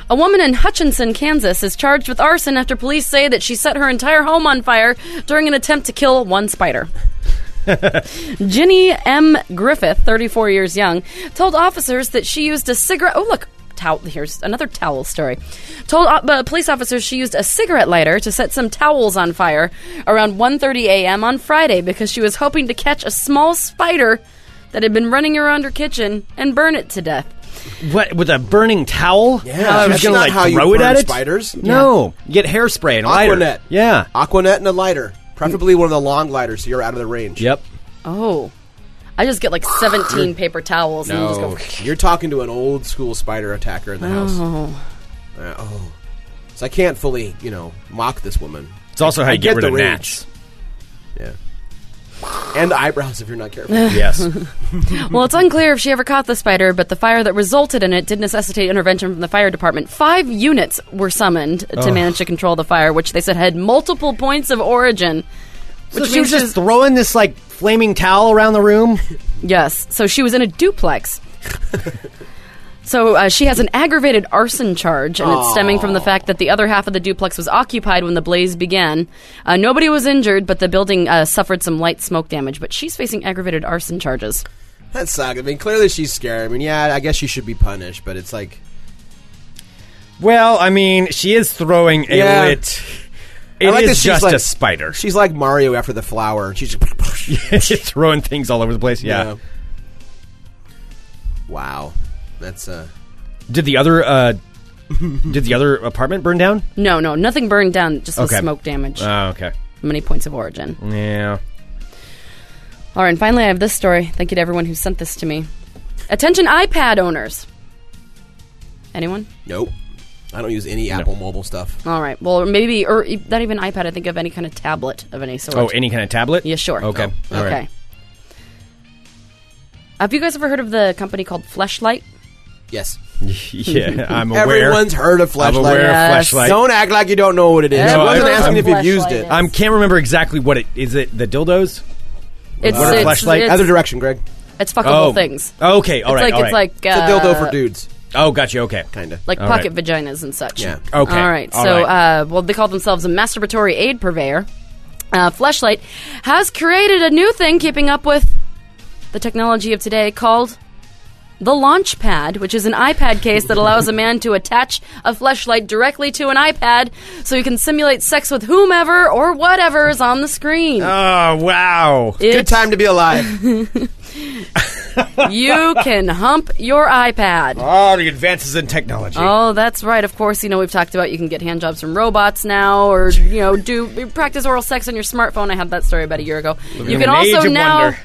Speaker 1: a woman in Hutchinson, Kansas is charged with arson after police say that she set her entire home on fire during an attempt to kill one spider. Ginny M. Griffith, 34 years young, told officers that she used a cigarette. Oh, look. Towel, here's another towel story. Told uh, uh, police officers she used a cigarette lighter to set some towels on fire around 1:30 a.m. on Friday because she was hoping to catch a small spider that had been running around her kitchen and burn it to death.
Speaker 7: What with a burning towel?
Speaker 8: Yeah,
Speaker 7: She was
Speaker 8: that's
Speaker 7: gonna
Speaker 8: not
Speaker 7: like
Speaker 8: how you
Speaker 7: throw it
Speaker 8: burn
Speaker 7: at it.
Speaker 8: spiders.
Speaker 7: No, you get hairspray and a lighter.
Speaker 8: Aquanet.
Speaker 7: Yeah.
Speaker 8: Aquanet and a lighter. Preferably one of the long lighters so you're out of the range.
Speaker 7: Yep.
Speaker 1: Oh. I just get like 17 paper towels and
Speaker 8: No,
Speaker 1: just go.
Speaker 8: you're talking to an old school spider attacker in the
Speaker 1: Oh.
Speaker 8: house. Uh, oh, so I can't fully, you know, mock this woman.
Speaker 7: It's also how
Speaker 8: I
Speaker 7: you get,
Speaker 8: get
Speaker 7: rid
Speaker 8: the
Speaker 7: of
Speaker 8: rage.
Speaker 7: gnats.
Speaker 8: Yeah, and eyebrows if you're not careful.
Speaker 7: Yes.
Speaker 1: Well, it's unclear if she ever caught the spider, but the fire that resulted in it did necessitate intervention from the fire department. Five units were summoned to manage to control the fire, which they said had multiple points of origin.
Speaker 7: so she
Speaker 1: means
Speaker 7: was
Speaker 1: she's-
Speaker 7: just throwing this like flaming towel around the room.
Speaker 1: Yes. So she was in a duplex. so uh, she has an aggravated arson charge, and it's stemming from the fact that the other half of the duplex was occupied when the blaze began. Uh, nobody was injured, but the building uh, suffered some light smoke damage. But she's facing aggravated arson charges.
Speaker 8: that sucks. I mean, clearly she's scared. I mean, yeah, I guess she should be punished, but it's like,
Speaker 7: Well, I mean, she is throwing a
Speaker 8: Yeah.
Speaker 7: lit. It
Speaker 8: I like
Speaker 7: is
Speaker 8: that she's
Speaker 7: just
Speaker 8: like-
Speaker 7: a spider.
Speaker 8: She's like Mario after the flower. She's just,
Speaker 7: She's throwing things all over the place. Yeah.
Speaker 8: Wow, that's uh.
Speaker 7: Did the other uh did the other apartment burn down?
Speaker 1: No, no, nothing burned down, just was
Speaker 7: Okay.
Speaker 1: smoke damage.
Speaker 7: Oh, okay.
Speaker 1: Many points of origin.
Speaker 7: Yeah.
Speaker 1: All right, and finally, I have this story. Thank you to everyone who sent this to me. Attention, iPad owners. Anyone?
Speaker 8: Nope. I don't use any Apple mobile stuff.
Speaker 1: All right. Well, maybe, or e- not even iPad. I think of any kind of tablet of any sort.
Speaker 7: Oh, any kind of tablet?
Speaker 1: Yeah, sure.
Speaker 7: Okay.
Speaker 1: Oh,
Speaker 7: All
Speaker 1: okay.
Speaker 7: right.
Speaker 1: Have you guys ever heard of the company called Fleshlight?
Speaker 8: Yes.
Speaker 7: yeah, I'm aware.
Speaker 8: Everyone's heard of flashlight.
Speaker 7: I'm aware
Speaker 1: Yes.
Speaker 7: of flashlight.
Speaker 8: Don't act like you don't know what it is.
Speaker 7: No,
Speaker 8: I wasn't
Speaker 7: I-
Speaker 8: asking
Speaker 7: I'm-
Speaker 8: if you've used it.
Speaker 6: Fleshlight
Speaker 7: I can't remember exactly what it is. It the dildos.
Speaker 1: It's
Speaker 7: What are
Speaker 1: it's,
Speaker 7: Fleshlight?
Speaker 1: It's,
Speaker 8: Other direction, Greg.
Speaker 1: it's fuckable
Speaker 7: Oh,
Speaker 1: things.
Speaker 7: Okay. All
Speaker 1: it's
Speaker 7: right.
Speaker 1: like
Speaker 7: all
Speaker 1: it's
Speaker 7: right.
Speaker 1: like
Speaker 8: It's a
Speaker 1: uh,
Speaker 8: dildo for dudes,
Speaker 7: Oh, gotcha. Okay.
Speaker 8: kinda.
Speaker 1: like
Speaker 7: All
Speaker 1: pocket vaginas and such.
Speaker 8: Yeah.
Speaker 7: Okay.
Speaker 1: All right.
Speaker 7: All
Speaker 1: so,
Speaker 7: right.
Speaker 1: Uh, well, they call themselves a masturbatory aid purveyor. Uh, Fleshlight has created a new thing keeping up with the technology of today called the launch pad, which is an iPad case that allows a man to attach a fleshlight directly to an iPad so he can simulate sex with whomever or whatever is on the screen.
Speaker 7: Oh wow.
Speaker 8: Good time to be alive.
Speaker 1: you can hump your iPad.
Speaker 7: Oh, the advances in technology.
Speaker 1: Oh, that's right. Of course, you know we've talked about you can get hand jobs from robots now, or you know do practice oral sex on your smartphone. I had that story about a year ago. you
Speaker 7: in
Speaker 1: can
Speaker 7: an age
Speaker 1: also
Speaker 7: of
Speaker 1: now
Speaker 7: wonder.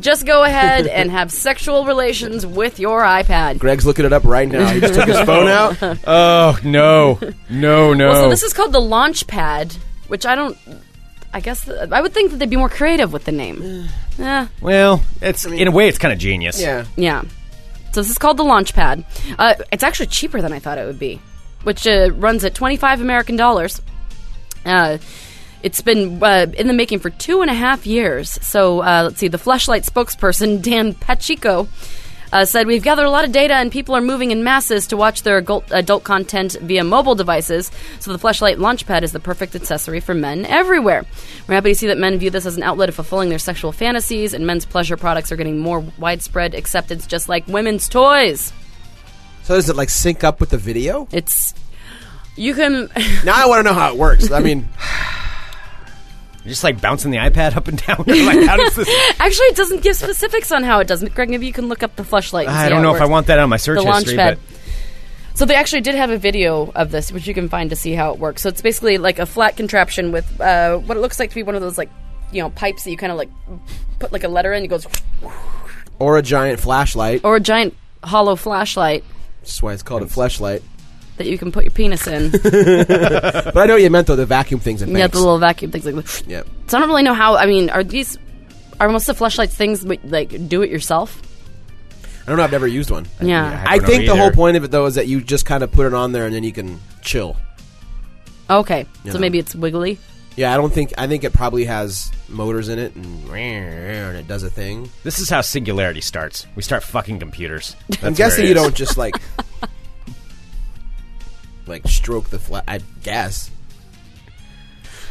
Speaker 1: just go ahead and have sexual relations with your iPad.
Speaker 8: Greg's looking it up right now. He just took his phone out.
Speaker 7: Oh no, no, no.
Speaker 1: Well, so this is called the launch pad, which I don't. I guess th- I would think that they'd be more creative with the name. Yeah,
Speaker 7: Well, it's in a way, it's kind of genius.
Speaker 8: Yeah.
Speaker 1: yeah. So this is called the launch pad. Uh, it's actually cheaper than I thought it would be, which uh, runs at twenty five American dollars. Uh, it's been uh, in the making for two and a half years. So uh, let's see. The flashlight spokesperson Dan Pachico uh, said, "We've gathered a lot of data, and people are moving in masses to watch their adult, adult content via mobile devices. So the flashlight launchpad is the perfect accessory for men everywhere. We're happy to see that men view this as an outlet of fulfilling their sexual fantasies, and men's pleasure products are getting more widespread acceptance, just like women's toys.
Speaker 8: So does it like sync up with the video?
Speaker 1: It's you can."
Speaker 8: Now I want to know how it works. I mean,
Speaker 7: Just like bouncing the iPad up and down. like, how does this?
Speaker 1: Actually, it doesn't give specifics on how it does. Greg, maybe you can look up the flashlight.
Speaker 7: I don't know if I want that on my search
Speaker 1: the launch
Speaker 7: history, but
Speaker 1: pad. So they actually did have a video of this, which you can find to see how it works. So it's basically like a flat contraption with uh, what it looks like to be one of those like you know pipes that you kind of like put like a letter in. It goes
Speaker 8: or a giant flashlight.
Speaker 1: or a giant hollow flashlight
Speaker 8: That's why it's called a flashlight.
Speaker 1: that you can put your penis in.
Speaker 8: But I know what you meant though. The vacuum things and
Speaker 1: yeah,
Speaker 8: things.
Speaker 1: the little vacuum things like. that.
Speaker 8: yeah.
Speaker 1: So I don't really know how. I mean, are these are most of the flashlights things but, like do it yourself?
Speaker 8: I don't know. I've never used one.
Speaker 1: Yeah.
Speaker 8: I
Speaker 7: don't
Speaker 8: think
Speaker 7: know
Speaker 8: the whole
Speaker 7: either.
Speaker 8: point of it though is that you just kind of put it on there and then you can chill.
Speaker 1: Okay. So
Speaker 8: Yeah.
Speaker 1: maybe it's wiggly.
Speaker 8: Yeah, I don't think I think it probably has motors in it and, and it does a thing.
Speaker 7: This is how singularity starts. We start fucking computers. That's
Speaker 8: I'm
Speaker 7: where
Speaker 8: guessing
Speaker 7: it
Speaker 8: you
Speaker 7: is.
Speaker 8: don't just like like stroke the flat. I guess.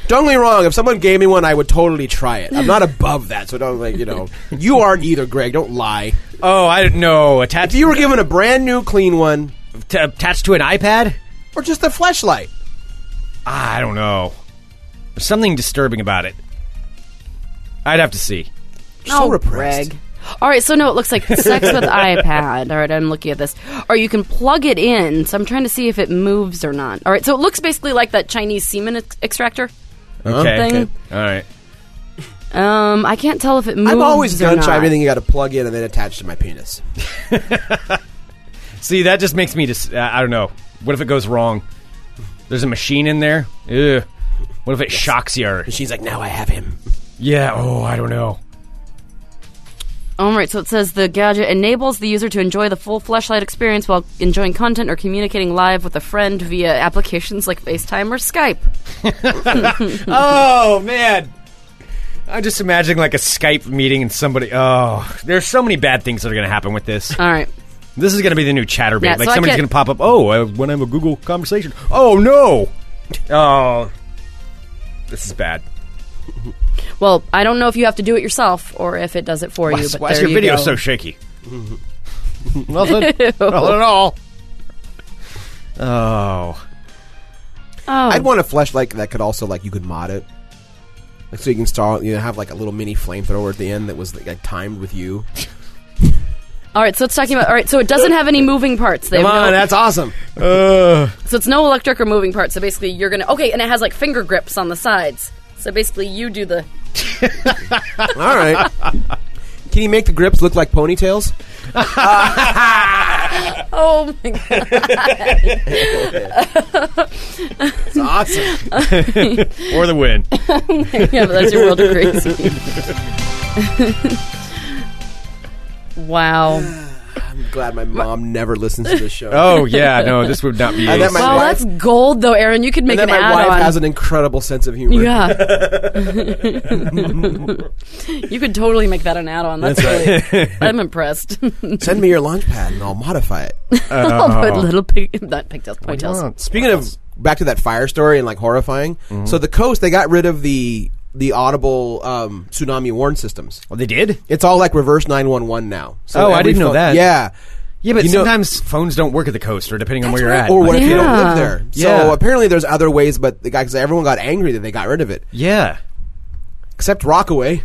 Speaker 8: Don't get me wrong. If someone gave me one, I would totally try it. I'm not above that, so don't like you know. You aren't either, Greg. Don't lie.
Speaker 7: Oh, I don't know. Attached,
Speaker 8: If you were given a brand new clean one,
Speaker 7: t- attached to an iPad?
Speaker 8: or just a flashlight,
Speaker 7: I don't know. There's something disturbing about it. I'd have to see.
Speaker 8: so
Speaker 1: Oh,
Speaker 8: repressed.
Speaker 1: Greg. All right, so no, it looks like sex with iPad. All right, I'm looking at this. Or you can plug it in. So I'm trying to see if it moves or not. All right, so it looks basically like that Chinese semen ex- extractor
Speaker 7: Okay.
Speaker 1: thing.
Speaker 7: All right.
Speaker 1: Um, I can't tell if it moves.
Speaker 8: I'm always
Speaker 1: or
Speaker 8: gun shy.
Speaker 1: not.
Speaker 8: Everything you got to plug in and then attach to my penis.
Speaker 7: See, that just makes me just. I don't know. What if it goes wrong? There's a machine in there. Ugh. What if it shocks you? Or,
Speaker 8: And she's like, now I have him.
Speaker 7: yeah. Oh, I don't know.
Speaker 1: All right, so it says the gadget enables the user to enjoy the full fleshlight experience while enjoying content or communicating live with a friend via applications like FaceTime or Skype.
Speaker 7: Oh man. I'm just imagining like a Skype meeting and somebody. Oh, there's so many bad things that are going to happen with this.
Speaker 1: All right.
Speaker 7: This is going to be the new chatterbait.
Speaker 1: Yeah,
Speaker 7: like
Speaker 1: so I
Speaker 7: somebody's
Speaker 1: can't-
Speaker 7: going to pop up. Oh, I want to have a Google conversation. Oh no. Oh, this is bad.
Speaker 1: Well, I don't know if you have to do it yourself or if it does it for
Speaker 7: Why,
Speaker 1: you.
Speaker 7: is-
Speaker 1: But
Speaker 7: why is
Speaker 1: there
Speaker 7: your
Speaker 1: you
Speaker 7: video
Speaker 1: go.
Speaker 7: so shaky? Nothing. Nothing at all. Oh,
Speaker 1: Oh.
Speaker 8: I'd want a flashlight that could also like you could mod it, like so you can install. You know, have like a little mini flamethrower at the end that was like, like, timed with you.
Speaker 1: all right, so it's talking about. All right, so it doesn't have any moving parts. They
Speaker 8: Come
Speaker 1: have no-
Speaker 8: on, that's awesome.
Speaker 7: Ugh.
Speaker 1: so it's no electric or moving parts. So basically, you're gonna okay, and it has like finger grips on the sides. So basically, you do the.
Speaker 8: All right. Can you make the grips look like ponytails?
Speaker 1: Oh my god!
Speaker 8: It's awesome.
Speaker 7: or the win.
Speaker 1: yeah, but that's your world of crazy. wow.
Speaker 8: I'm glad my mom never listens to this show.
Speaker 7: Oh yeah, no, this would not be.
Speaker 8: And
Speaker 7: ace.
Speaker 8: Uh, that my
Speaker 1: Wow,
Speaker 8: wife-
Speaker 1: that's gold though, Aaron. You could make
Speaker 8: and then
Speaker 1: an
Speaker 8: my wife
Speaker 1: add-on.
Speaker 8: has an incredible sense of humor.
Speaker 1: yeah. you could totally make that an add-on. That's, really. I'm impressed.
Speaker 8: Send me your launch pad and I'll modify it.
Speaker 1: I'll put little pig, not pigtails,
Speaker 7: Oh,
Speaker 1: ponytails.
Speaker 8: Speaking of back to that fire story and like horrifying. So the coast they got rid of the the audible um, tsunami warn systems.
Speaker 7: well, they did.
Speaker 8: It's all like reverse 911 now.
Speaker 7: Oh, I
Speaker 8: every
Speaker 7: didn't know
Speaker 8: phone-
Speaker 7: that.
Speaker 8: Yeah.
Speaker 7: Yeah, but
Speaker 8: You know-
Speaker 7: sometimes phones don't work at the coast, or depending on where you're at.
Speaker 1: Oh,
Speaker 8: Or what
Speaker 7: Like,
Speaker 8: if you don't
Speaker 1: Yeah.
Speaker 8: live there?
Speaker 7: Yeah.
Speaker 8: So apparently there's other ways, but the guy, because everyone got angry that they got rid of it,
Speaker 7: yeah.
Speaker 8: except Rockaway.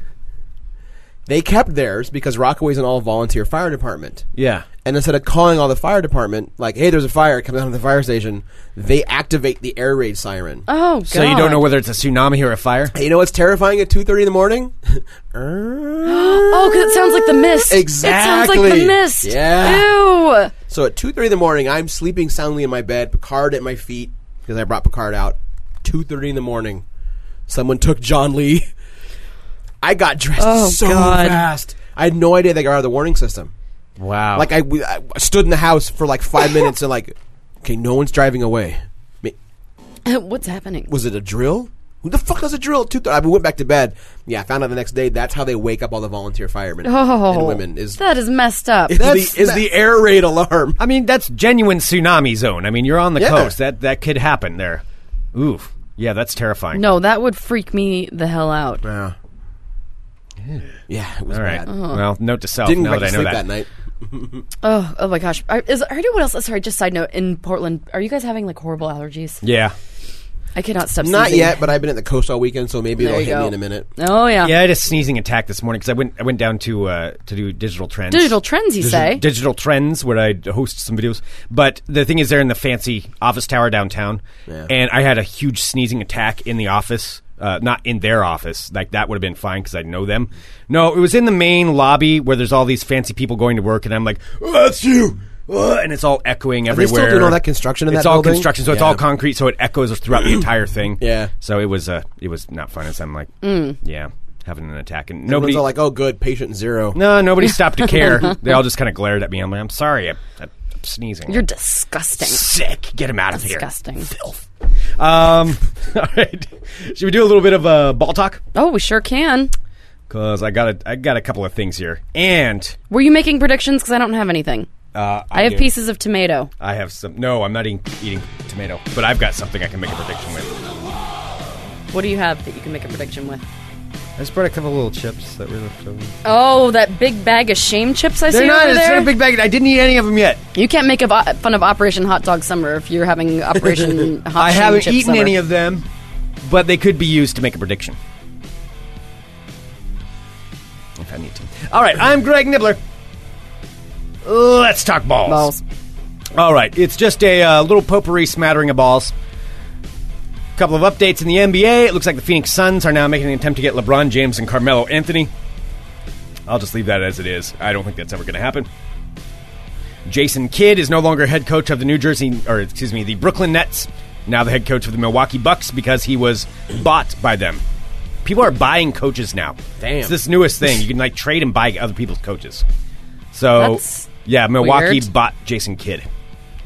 Speaker 8: They kept theirs because Rockaway's an all volunteer fire department.
Speaker 7: Yeah.
Speaker 8: And instead of calling all the fire department, like, hey, there's a fire, come down to the fire station, they activate the air raid siren.
Speaker 1: Oh, God.
Speaker 7: So you don't know whether it's a tsunami or a fire?
Speaker 8: Hey, you know what's terrifying at 2.30 in the morning?
Speaker 1: Oh, because it sounds like the mist. It sounds like
Speaker 8: Exactly.
Speaker 1: the mist.
Speaker 8: Yeah.
Speaker 1: Ew.
Speaker 8: So at two thirty in the morning, I'm sleeping soundly in my bed. Picard at my feet because I brought Picard out. Two thirty in the morning, someone took John Lee. I got dressed
Speaker 1: Oh,
Speaker 8: so
Speaker 1: God.
Speaker 8: fast. I had no idea they got out of the warning system.
Speaker 7: Wow.
Speaker 8: Like I, we- I stood in the house for like five minutes and like, okay, no one's driving away. Ma-
Speaker 1: What's happening?
Speaker 8: Was it a drill? Who the fuck does a drill at two thirty? I went back to bed. Yeah, I found out the next day. That's how they wake up all the volunteer firemen and women. Is
Speaker 1: Oh, that is messed up.
Speaker 8: is the,
Speaker 7: That's-
Speaker 8: is the air raid alarm?
Speaker 7: I mean, that's genuine tsunami zone. I mean, you're on the
Speaker 8: Yeah.
Speaker 7: coast. That that could happen there. Oof. Yeah, that's terrifying.
Speaker 1: No, that would freak me the hell out.
Speaker 8: Yeah. Yeah, it was
Speaker 7: All right.
Speaker 8: bad.
Speaker 7: Well, note to self.
Speaker 8: Didn't
Speaker 7: now
Speaker 8: go back
Speaker 7: that I
Speaker 8: to
Speaker 7: know
Speaker 8: sleep
Speaker 7: that.
Speaker 8: Oh, that, night.
Speaker 1: Oh, oh my gosh. I, is, I heard what else. Sorry, just side note. In Portland, are you guys having like horrible allergies?
Speaker 7: Yeah.
Speaker 1: I cannot stop.
Speaker 8: Not
Speaker 1: sneezing.
Speaker 8: yet, but I've been at the coast all weekend, so maybe
Speaker 1: There
Speaker 8: it'll
Speaker 1: you
Speaker 8: hit
Speaker 1: go.
Speaker 8: me in a minute.
Speaker 1: Oh yeah.
Speaker 7: Yeah, I had a sneezing attack this morning because I went I went down to uh, to do digital trends.
Speaker 1: Digital trends, you
Speaker 7: Digi-
Speaker 1: say?
Speaker 7: Digital trends, where I host some videos. But the thing is, they're in the fancy office tower downtown,
Speaker 8: Yeah.
Speaker 7: and I had a huge sneezing attack in the office. Uh, not in their office, like that would have been fine because I know them. No, it was in the main lobby where there's all these fancy people going to work, and I'm like, oh, "That's you," Oh, and it's all echoing
Speaker 8: they still
Speaker 7: everywhere.
Speaker 8: doing all that construction in
Speaker 7: it's
Speaker 8: that
Speaker 7: all
Speaker 8: building?
Speaker 7: construction, so it's
Speaker 8: Yeah.
Speaker 7: all concrete, so it echoes throughout the entire thing.
Speaker 8: Yeah.
Speaker 7: So it was uh, it was not fun. As I'm like,
Speaker 1: Mm.
Speaker 7: yeah, having an attack, and
Speaker 8: Everyone's
Speaker 7: nobody
Speaker 8: all like, "Oh, good, patient zero.
Speaker 7: no, nobody stopped to care. they all just kind of glared at me. I'm like, I'm sorry, I, I, am sneezing.
Speaker 1: You're disgusting.
Speaker 7: sick. Get him out of
Speaker 1: Disgusting.
Speaker 7: here. Filth. Um, all right. Should we do a little bit of uh, ball talk?
Speaker 1: Oh, we sure can.
Speaker 7: Cause I got a I got a couple of things here, and
Speaker 1: Were you making predictions? Because I don't have anything.
Speaker 7: uh,
Speaker 1: I, have
Speaker 7: do.
Speaker 1: pieces of tomato.
Speaker 7: I have some. No, I'm not eating, eating tomato, but I've got something I can make a prediction with.
Speaker 1: What do you have that you can make a prediction with?
Speaker 10: I just brought a couple little chips that were left over.
Speaker 1: Oh, that big bag of shame chips I
Speaker 7: They're
Speaker 1: see
Speaker 7: not.
Speaker 1: over
Speaker 7: It's
Speaker 1: there.
Speaker 7: not a big bag. I didn't eat any of them yet.
Speaker 1: you can't make of, fun of Operation Hot Dog Summer if you're having Operation Hot
Speaker 7: I
Speaker 1: Shame
Speaker 7: haven't
Speaker 1: Chip
Speaker 7: eaten
Speaker 1: Summer.
Speaker 7: any of them, but they could be used to make a prediction. If I need to. All right, I'm Greg Nibbler. Let's talk balls.
Speaker 1: balls.
Speaker 7: All right, it's just a uh, little potpourri smattering of balls. couple of updates in the NBA. It looks like the Phoenix Suns are now making an attempt to get LeBron James and Carmelo Anthony. I'll just leave that as it is. I don't think that's ever going to happen. Jason Kidd is no longer head coach of the New Jersey, or excuse me, the Brooklyn Nets. Now the head coach of the Milwaukee Bucks because he was bought by them. People are buying coaches now.
Speaker 8: Damn.
Speaker 7: it's this newest thing. You can like trade and buy other people's coaches. So
Speaker 1: That's
Speaker 7: yeah, Milwaukee
Speaker 1: weird.
Speaker 7: bought Jason Kidd.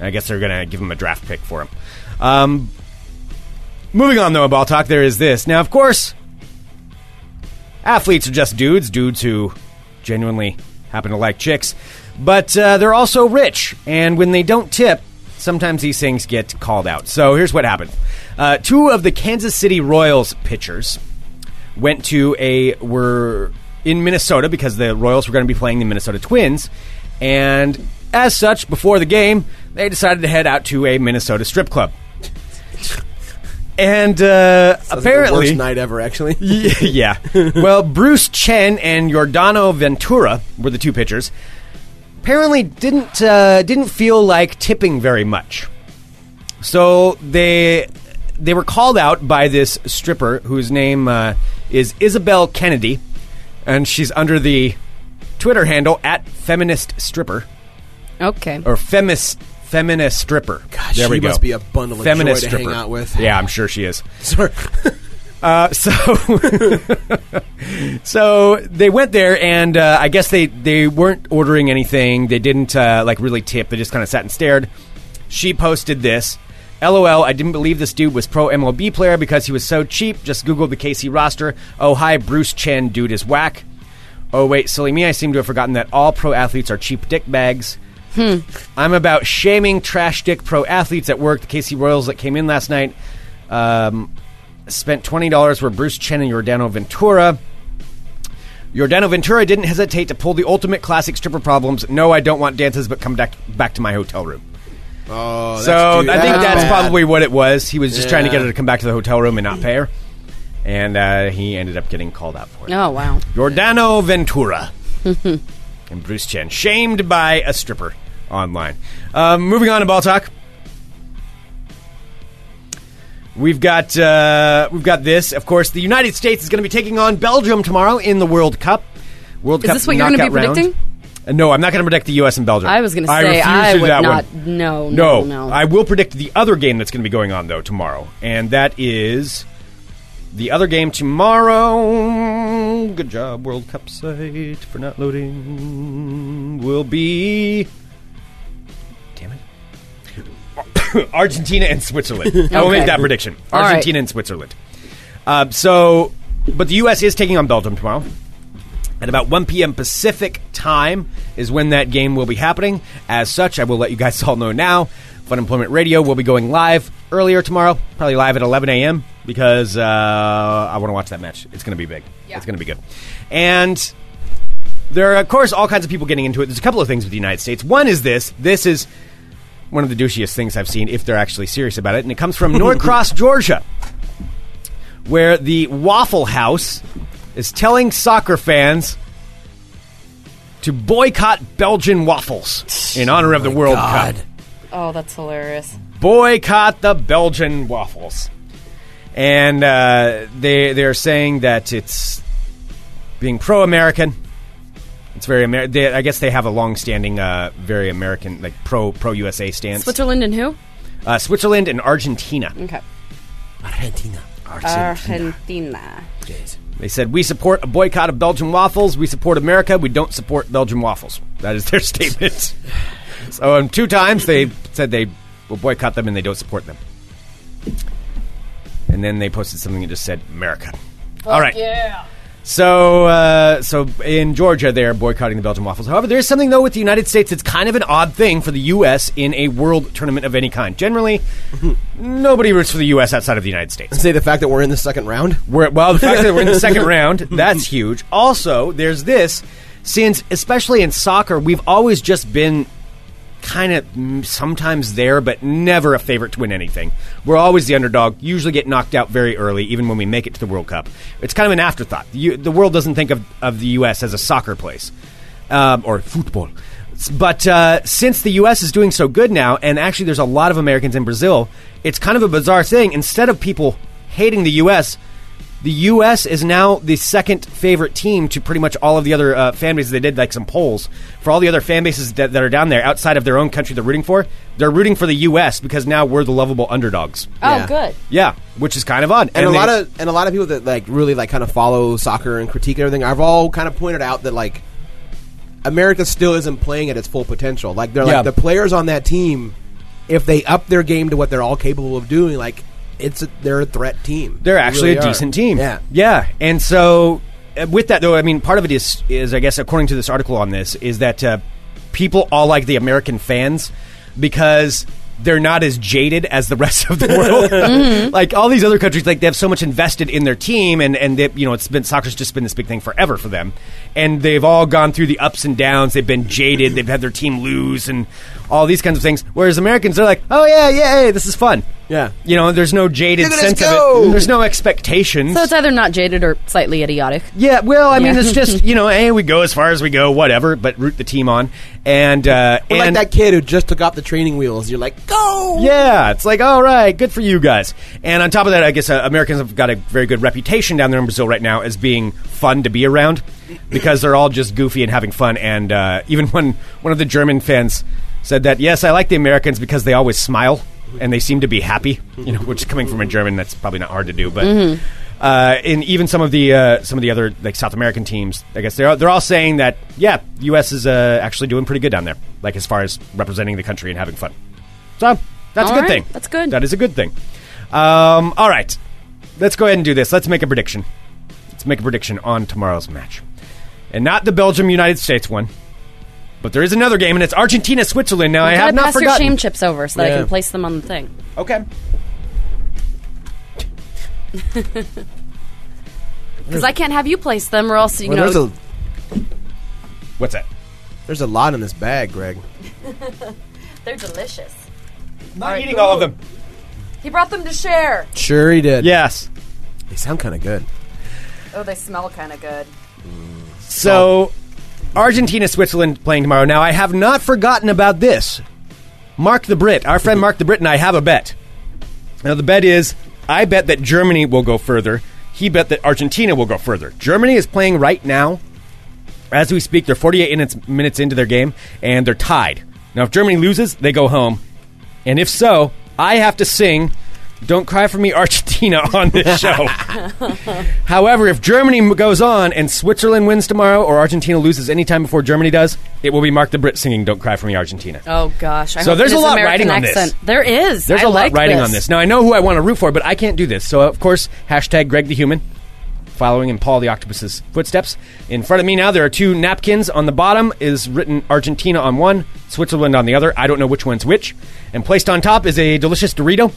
Speaker 7: I guess they're gonna give him a draft pick for him. Um, moving on though, ball talk. There is this now. Of course, athletes are just dudes, dudes who genuinely happen to like chicks, but uh, they're also rich, and when they don't tip, sometimes these things get called out. So here's what happened: uh, two of the Kansas City Royals pitchers went to a were in Minnesota because the Royals were going to be playing the Minnesota Twins, and as such, before the game, they decided to head out to a Minnesota strip club. And uh, apparently,
Speaker 8: the worst night ever. Actually,
Speaker 7: yeah. Well, Bruce Chen and Jordano Ventura were the two pitchers. Apparently, didn't uh, didn't feel like tipping very much, so they they were called out by this stripper whose name uh, is Isabel Kennedy, and she's under the Twitter handle at feminist stripper
Speaker 1: Okay.
Speaker 7: or femis feminist stripper.
Speaker 8: Gosh,
Speaker 7: there we
Speaker 8: she
Speaker 7: go.
Speaker 8: must be a bundle of
Speaker 7: feminist
Speaker 8: joy to
Speaker 7: stripper.
Speaker 8: hang out with.
Speaker 7: Yeah, I'm sure she is.
Speaker 8: Sorry.
Speaker 7: Uh, so, so they went there, and uh, I guess they they weren't ordering anything. They didn't uh, like really tip. They just kind of sat and stared. She posted this. LOL, I didn't believe this dude was pro MLB player because he was so cheap. Just Google the KC roster. Oh, hi, Bruce Chen, dude is whack. Oh, wait, silly me, I seem to have forgotten that all pro athletes are cheap dick bags. I'm about shaming trash dick pro athletes at work. The KC Royals that came in last night um, spent twenty dollars were Bruce Chen and Jordano Ventura. Jordano Ventura didn't hesitate to pull the ultimate classic stripper problems. No, I don't want dances, but come back back to my hotel room.
Speaker 8: Oh, that's
Speaker 7: so
Speaker 8: too
Speaker 7: I think
Speaker 8: bad.
Speaker 7: that's probably what it was. He was just trying to get
Speaker 8: Yeah.
Speaker 7: her to come back to the hotel room and not pay her, and uh, he ended up getting called out for it.
Speaker 1: Oh wow.
Speaker 7: Jordano Ventura and Bruce Chen, shamed by a stripper online. Um, moving on to ball talk. We've got uh, we've got this. Of course, the United States is going to be taking on Belgium tomorrow in the World Cup. World
Speaker 1: Is
Speaker 7: Cup
Speaker 1: this what you're gonna
Speaker 7: knockout
Speaker 1: be
Speaker 7: round.
Speaker 1: predicting?
Speaker 7: Uh, No, I'm not going to predict the U.S. and Belgium.
Speaker 1: I was going to say
Speaker 7: refuse
Speaker 1: I
Speaker 7: to do
Speaker 1: would
Speaker 7: that
Speaker 1: not.
Speaker 7: one.
Speaker 1: No,
Speaker 7: No,
Speaker 1: no, no.
Speaker 7: I will predict the other game that's going to be going on though tomorrow, and that is the other game tomorrow. Good job, World Cup site for not loading. Will be. Damn it. Argentina and Switzerland. I will make
Speaker 1: Okay.
Speaker 7: that prediction.
Speaker 1: All right.
Speaker 7: Argentina and Switzerland. Uh, so, but the U.S. is taking on Belgium tomorrow. At about 1 p.m. Pacific time is when that game will be happening. As such, I will let you guys all know now. Fun Employment Radio will be going live earlier tomorrow, probably live at 11 a.m. because uh, I want to watch that match. It's going to be big. It's going to be good. And there are, of course, all kinds of people getting into it. There's a couple of things with the United States. One is this. This is one of the douchiest things I've seen, if they're actually serious about it. And it comes from Norcross, Georgia, where the Waffle House is telling soccer fans to boycott Belgian waffles in honor of the World
Speaker 8: God.
Speaker 7: Cup.
Speaker 1: oh, that's hilarious.
Speaker 7: Boycott the Belgian waffles. And uh, they, they're saying that it's being pro American. It's very Amer- they, I guess they have a long-standing, uh, very American, like pro pro USA stance.
Speaker 1: Switzerland and who?
Speaker 7: Uh, Switzerland and Argentina.
Speaker 1: Okay.
Speaker 8: Argentina.
Speaker 1: Argentina.
Speaker 8: Jeez.
Speaker 7: They said, We support a boycott of Belgian waffles. We support America. We don't support Belgian waffles. That is their statement. so, um, two times they said they will boycott them and they don't support them. And then they posted something that just said, America. All right. So, uh, so in Georgia, they're boycotting the Belgian waffles. However, there is something though with the United States. It's kind of an odd thing for the U.S. in a world tournament of any kind. Generally, nobody roots for the U.S. outside of the United States.
Speaker 8: Say the fact that we're in the second round.
Speaker 7: We're, well, the fact that we're in the second round, that's huge. Also, there's this since, especially in soccer, we've always just been kind of sometimes there, but never a favorite to win anything. We're always the underdog, usually get knocked out very early, even when we make it to the World Cup. It's kind of an afterthought. You, the world doesn't think of, of the U.S. as a soccer place um, or football. S- But uh, since the U.S. is doing so good now, and actually there's a lot of Americans in Brazil, it's kind of a bizarre thing. Instead of people hating the U.S., the U.S. is now the second favorite team to pretty much all of the other uh, fan bases. They did like some polls for all the other fan bases that, that are down there outside of their own country. They're rooting for. They're rooting for the U.S. because now we're the lovable underdogs.
Speaker 1: Oh,
Speaker 8: Yeah.
Speaker 1: good.
Speaker 7: Yeah, which is kind of odd.
Speaker 8: Uh, and, a
Speaker 7: they-
Speaker 8: lot of and a lot of people that like really like kind of follow soccer and critique everything. I've all kind of pointed out that like America still isn't playing at its full potential. Like they're
Speaker 7: Yeah.
Speaker 8: like the players on that team, if they up their game to what they're all capable of doing, like it's a, they're a threat team.
Speaker 7: They're
Speaker 8: They
Speaker 7: actually
Speaker 8: really
Speaker 7: a
Speaker 8: are.
Speaker 7: decent team.
Speaker 8: Yeah,
Speaker 7: yeah. And so, uh, with that though, I mean, part of it is is I guess according to this article on this is that uh, people all like the American fans because they're not as jaded as the rest of the world. Like all these other countries, like they have so much invested in their team, and and they, you know, it's been soccer's just been this big thing forever for them, and they've all gone through the ups and downs. They've been jaded. They've had their team lose and all these kinds of things. Whereas Americans, they're like, oh yeah, yeah, hey, this is fun.
Speaker 8: Yeah.
Speaker 7: you know, there's no jaded
Speaker 8: Look at us
Speaker 7: sense of
Speaker 8: go!
Speaker 7: it. There's no expectations.
Speaker 1: So it's either not jaded or slightly idiotic.
Speaker 7: yeah, well, I mean,
Speaker 1: Yeah.
Speaker 7: it's just you know, hey, we go as far as we go, whatever. But root the team on, and uh,
Speaker 8: We're
Speaker 7: and
Speaker 8: like that kid who just took off the training wheels. You're like, go.
Speaker 7: yeah, it's like all right, good for you guys. And on top of that, I guess uh, Americans have got a very good reputation down there in Brazil right now as being fun to be around because they're all just goofy and having fun. And uh, even when one of the German fans said that, yes, I like the Americans because they always smile and they seem to be happy. You know, which coming from a German, that's probably not hard to do, but. Uh, and even some of the uh, some of the other like South American teams, I guess they're all- they're all saying that yeah, U.S. is uh, actually doing pretty good down there, like as far as representing the country and having fun. So that's
Speaker 1: All
Speaker 7: a
Speaker 1: right,
Speaker 7: good thing.
Speaker 1: that's good.
Speaker 7: That is a good thing. Um, all right, let's go ahead and do this. Let's make a prediction. Let's make a prediction on tomorrow's match, and not the Belgium United States one, but there is another game, and it's Argentina Switzerland. Now I
Speaker 1: Gotta
Speaker 7: have not
Speaker 1: pass
Speaker 7: forgotten.
Speaker 1: your shame chips over so that I
Speaker 8: Yeah.
Speaker 1: can place them on the thing.
Speaker 7: okay.
Speaker 1: Because I can't have you place them, or else you
Speaker 8: Well, there's
Speaker 1: know.
Speaker 8: a
Speaker 7: What's that?
Speaker 8: there's a lot in this bag, Greg.
Speaker 1: they're delicious.
Speaker 7: Not eating all of them.
Speaker 1: He brought them to share.
Speaker 8: Sure, he did.
Speaker 7: Yes.
Speaker 8: they sound kind of good.
Speaker 1: Oh, they smell kind of good.
Speaker 7: So, Argentina, Switzerland playing tomorrow. Now, I have not forgotten about this. Mark the Brit, our friend Mark the Brit, and I have a bet. Now, the bet is I bet that Germany will go further. He bet that Argentina will go further. Germany is playing right now. As we speak, they're 48 minutes, minutes into their game, and they're tied. Now, if Germany loses, they go home. And if so, I have to sing Don't Cry For Me, Argentina on this show. However, if Germany m- goes on and Switzerland wins tomorrow or Argentina loses any time before Germany does, it will be Mark the Brit singing Don't Cry For Me, Argentina.
Speaker 1: Oh gosh. I
Speaker 7: So
Speaker 1: hope
Speaker 7: there's
Speaker 1: it
Speaker 7: a
Speaker 1: is
Speaker 7: lot
Speaker 1: American
Speaker 7: riding on this.
Speaker 1: accent. There is.
Speaker 7: There's
Speaker 1: a
Speaker 7: a lot writing on this. Now, I know who I want to root for, but I can't do this. So, of course, hashtag Greg the Human, following in Paul the Octopus's footsteps. In front of me now, there are two napkins. On the bottom is written Argentina on one, Switzerland on the other. I don't know which one's which. And placed on top is a delicious Dorito.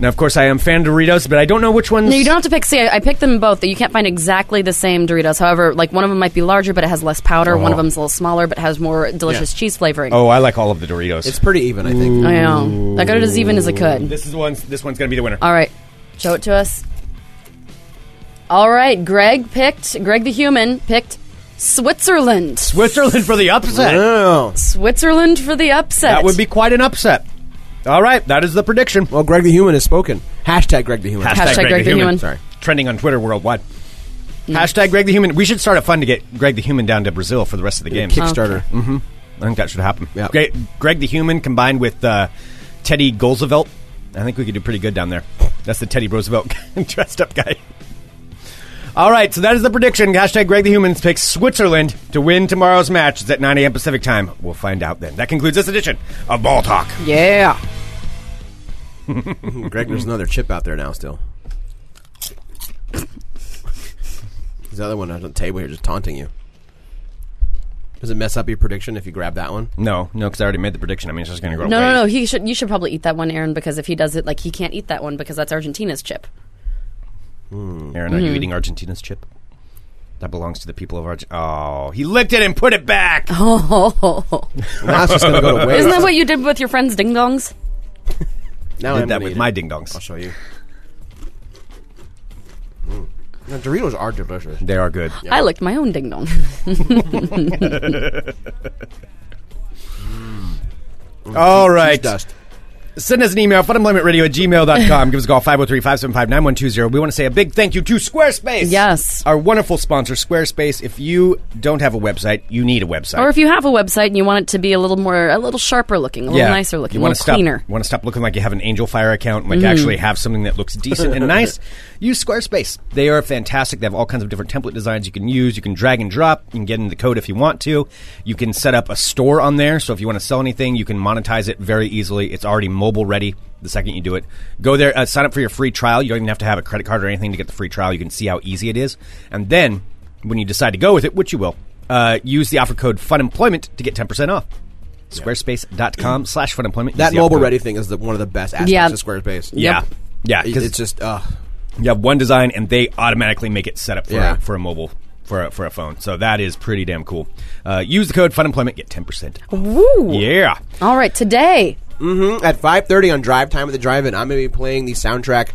Speaker 7: Now, of course, I am fan of Doritos, but I don't know which one's.
Speaker 1: No, you don't have to pick. See, I, I picked them both. That you can't find exactly the same Doritos. However, like one of them might be larger, but it has less powder. One of them's a little smaller, but has more delicious cheese flavoring.
Speaker 7: Uh-huh. Oh, I like all of the Doritos.
Speaker 8: It's pretty even, I think.
Speaker 7: Mm.
Speaker 1: I know. I got it as even as I could.
Speaker 7: this is one's. This one's going to be the winner.
Speaker 1: All right, show it to us. All right, Greg picked. Greg the human picked Switzerland.
Speaker 7: Switzerland for the upset.
Speaker 8: Oh.
Speaker 1: Switzerland for the upset.
Speaker 7: That would be quite an upset. All right, that is the prediction.
Speaker 8: Well, Greg the Human has spoken. Hashtag Greg the Human.
Speaker 1: Hashtag Greg the Human.
Speaker 8: Sorry.
Speaker 7: Trending on Twitter worldwide. Hashtag Greg the Human. We should start a fund to get Greg the Human down to Brazil for the rest of the game.
Speaker 8: Kickstarter.
Speaker 7: I think that should happen.
Speaker 8: Yeah.
Speaker 7: Greg, Greg the Human combined with uh, Teddy Golzevelt. I think we could do pretty good down there. That's the Teddy Roosevelt dressed up guy. All right, so that is the prediction. Hashtag Greg the Humans picks Switzerland to win tomorrow's match. It's at 9 a.m. Pacific time. We'll find out then. That concludes this edition of Ball Talk.
Speaker 1: yeah.
Speaker 8: Greg, there's another chip out there now still. There's the other one on the table here just taunting you. Does it mess up your prediction if you grab that one?
Speaker 7: No, no, because I already made the prediction. I mean, it's just going to go
Speaker 1: No,
Speaker 7: away.
Speaker 1: no, no. He should. You should probably eat that one, Aaron, because if he does it, like he can't eat that one because that's Argentina's chip.
Speaker 7: Aaron, are you
Speaker 1: Mm-hmm.
Speaker 7: eating Argentina's chip? That belongs to the people of Argentina. Oh, he licked it and put it back.
Speaker 1: Oh,
Speaker 8: Now it's just going to go to waste.
Speaker 1: isn't that what you did with your friends' ding dongs?
Speaker 8: now
Speaker 1: Oh.
Speaker 7: I
Speaker 8: I'm
Speaker 7: did that
Speaker 8: gonna
Speaker 7: with
Speaker 8: eat
Speaker 7: my
Speaker 8: it. Oh,
Speaker 7: ding
Speaker 8: I'll
Speaker 7: dongs.
Speaker 8: show you. Mm. Now, Doritos are delicious.
Speaker 7: They are good.
Speaker 1: I licked my own ding dong.
Speaker 7: All right.
Speaker 8: Dust.
Speaker 7: Send us an email, funemploymentradio at gmail.com. Give us a call, 503 575 9120. We want to say a big thank you to Squarespace.
Speaker 1: Yes.
Speaker 7: Our wonderful sponsor, Squarespace. If you don't have a website, you need a website.
Speaker 1: Or if you have a website and you want it to be a little more, a little sharper looking, a little nicer looking,
Speaker 7: You
Speaker 1: a
Speaker 7: wanna
Speaker 1: little cleaner. Mm-hmm.
Speaker 7: Stop, want to stop looking like you have an Angel Fire account and like actually have something that looks decent and nice? Use Squarespace. They are fantastic. They have all kinds of different template designs you can use. You can drag and drop. You can get into the code if you want to. You can set up a store on there. So if you want to sell anything, you can monetize it very easily. It's already mobile ready. The second you do it, go there, uh, sign up for your free trial. You don't even have to have a credit card or anything to get the free trial. You can see how easy it is. And then when you decide to go with it, which you will, uh, use the offer code FUNEMPLOYMENT to get 10% off. Squarespace.com slash funemployment.
Speaker 8: That
Speaker 7: Use the
Speaker 8: mobile
Speaker 7: upcode.
Speaker 8: ready thing is the, one of the best aspects
Speaker 1: Yeah.
Speaker 8: of Squarespace.
Speaker 7: Yeah.
Speaker 1: Yep.
Speaker 7: Yeah.
Speaker 8: It-
Speaker 7: Because
Speaker 8: it's just uh,
Speaker 7: you have one design and they automatically make it set up for,
Speaker 8: Yeah.
Speaker 7: a, for a mobile. For a, for a phone, so that is pretty damn cool. Uh, use the code FUNEMPLOYMENT, get ten percent.
Speaker 1: Woo!
Speaker 7: Yeah,
Speaker 1: All right, today.
Speaker 8: mm, at 5:30 on Drive Time at the Drive-In. I'm going to be playing the soundtrack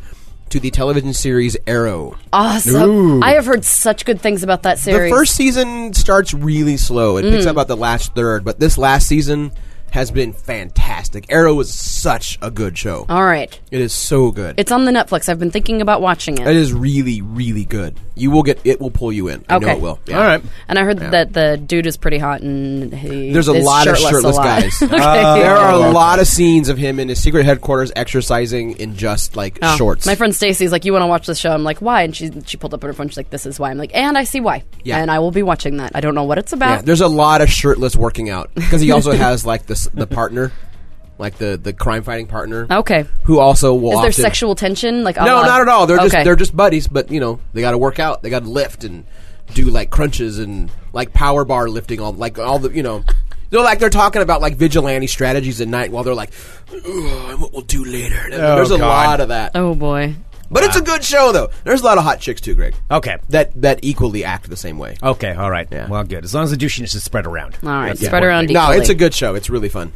Speaker 8: to the television series Arrow.
Speaker 1: Awesome.
Speaker 7: Ooh.
Speaker 1: I have heard such good things about that
Speaker 8: the
Speaker 1: series.
Speaker 8: first season starts really slow. It
Speaker 1: Mm.
Speaker 8: picks up about the last third, but this last season has been fantastic. Arrow was such a good show.
Speaker 1: All right.
Speaker 8: It is so good.
Speaker 1: It's on the Netflix. I've been thinking about watching it.
Speaker 8: it is really, really good. You will get it. Will pull you in. I know
Speaker 1: Okay.
Speaker 8: it will.
Speaker 7: all right.
Speaker 1: And I heard that the dude is pretty hot and he
Speaker 8: There's a
Speaker 1: is
Speaker 8: lot
Speaker 1: shirtless
Speaker 8: of shirtless
Speaker 1: a lot.
Speaker 8: guys.
Speaker 1: Okay.
Speaker 8: there are a lot of scenes of him in his secret headquarters exercising in just like
Speaker 1: Oh.
Speaker 8: shorts.
Speaker 1: My friend Stacy's like, "You want to watch the show?" I'm like, "Why?" And she she pulled up on her phone. She's like, "This is why." I'm like, "And I see why."
Speaker 8: Yeah.
Speaker 1: And I will be watching that. I don't know what it's
Speaker 8: yeah,
Speaker 1: about.
Speaker 8: there's a lot of shirtless working out because he also has like this the partner, like the the crime fighting partner.
Speaker 1: okay.
Speaker 8: Who also will
Speaker 1: Is there
Speaker 8: often-
Speaker 1: sexual tension? Like, a
Speaker 8: No,
Speaker 1: la-
Speaker 8: not at all. They're
Speaker 1: Okay.
Speaker 8: just they're just buddies, but you know they got to work out. They got to lift and do like crunches and like power bar lifting. All like all the you know. They're like they're talking about like vigilante strategies at night while they're like, "Ugh, and what we'll do later. There's a
Speaker 7: God.
Speaker 8: lot of that,
Speaker 1: Oh boy.
Speaker 8: but it's a good show though. There's a lot of hot chicks too, Greg.
Speaker 7: Okay.
Speaker 8: that that equally act the same way.
Speaker 7: Okay, all right.
Speaker 8: Yeah.
Speaker 7: Well, good. As long as the douchiness is spread around.
Speaker 1: All right.
Speaker 7: That's
Speaker 1: Spread around.
Speaker 7: important.
Speaker 8: no,
Speaker 1: equally.
Speaker 8: it's a good show. It's really fun.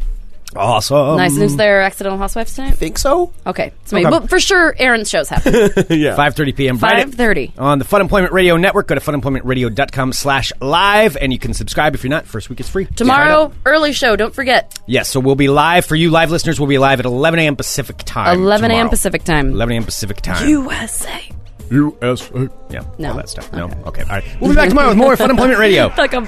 Speaker 7: Awesome.
Speaker 1: nice.
Speaker 8: Um,
Speaker 1: And is there Accidental Housewives tonight?
Speaker 8: Think so?
Speaker 1: Okay. So maybe,
Speaker 7: Okay.
Speaker 1: well, for sure, Aaron's shows happen.
Speaker 8: yeah.
Speaker 7: 5.30 p.m. Friday.
Speaker 1: 5:30.
Speaker 7: On the Fun Employment Radio Network, go to funemploymentradio.com slash live, and you can subscribe. If you're not, first week is free.
Speaker 1: Tomorrow, early show. Don't forget,
Speaker 7: Yes, so we'll be live for you, live listeners. We'll be live at 11 a.m. Pacific time.
Speaker 1: 11 a.m.
Speaker 7: tomorrow.
Speaker 1: Pacific time.
Speaker 7: 11 a.m. Pacific time.
Speaker 1: USA.
Speaker 7: USA. Yeah,
Speaker 1: No.
Speaker 7: all that stuff. No, okay, all right. We'll be back tomorrow with more Fun Employment Radio.
Speaker 1: Like a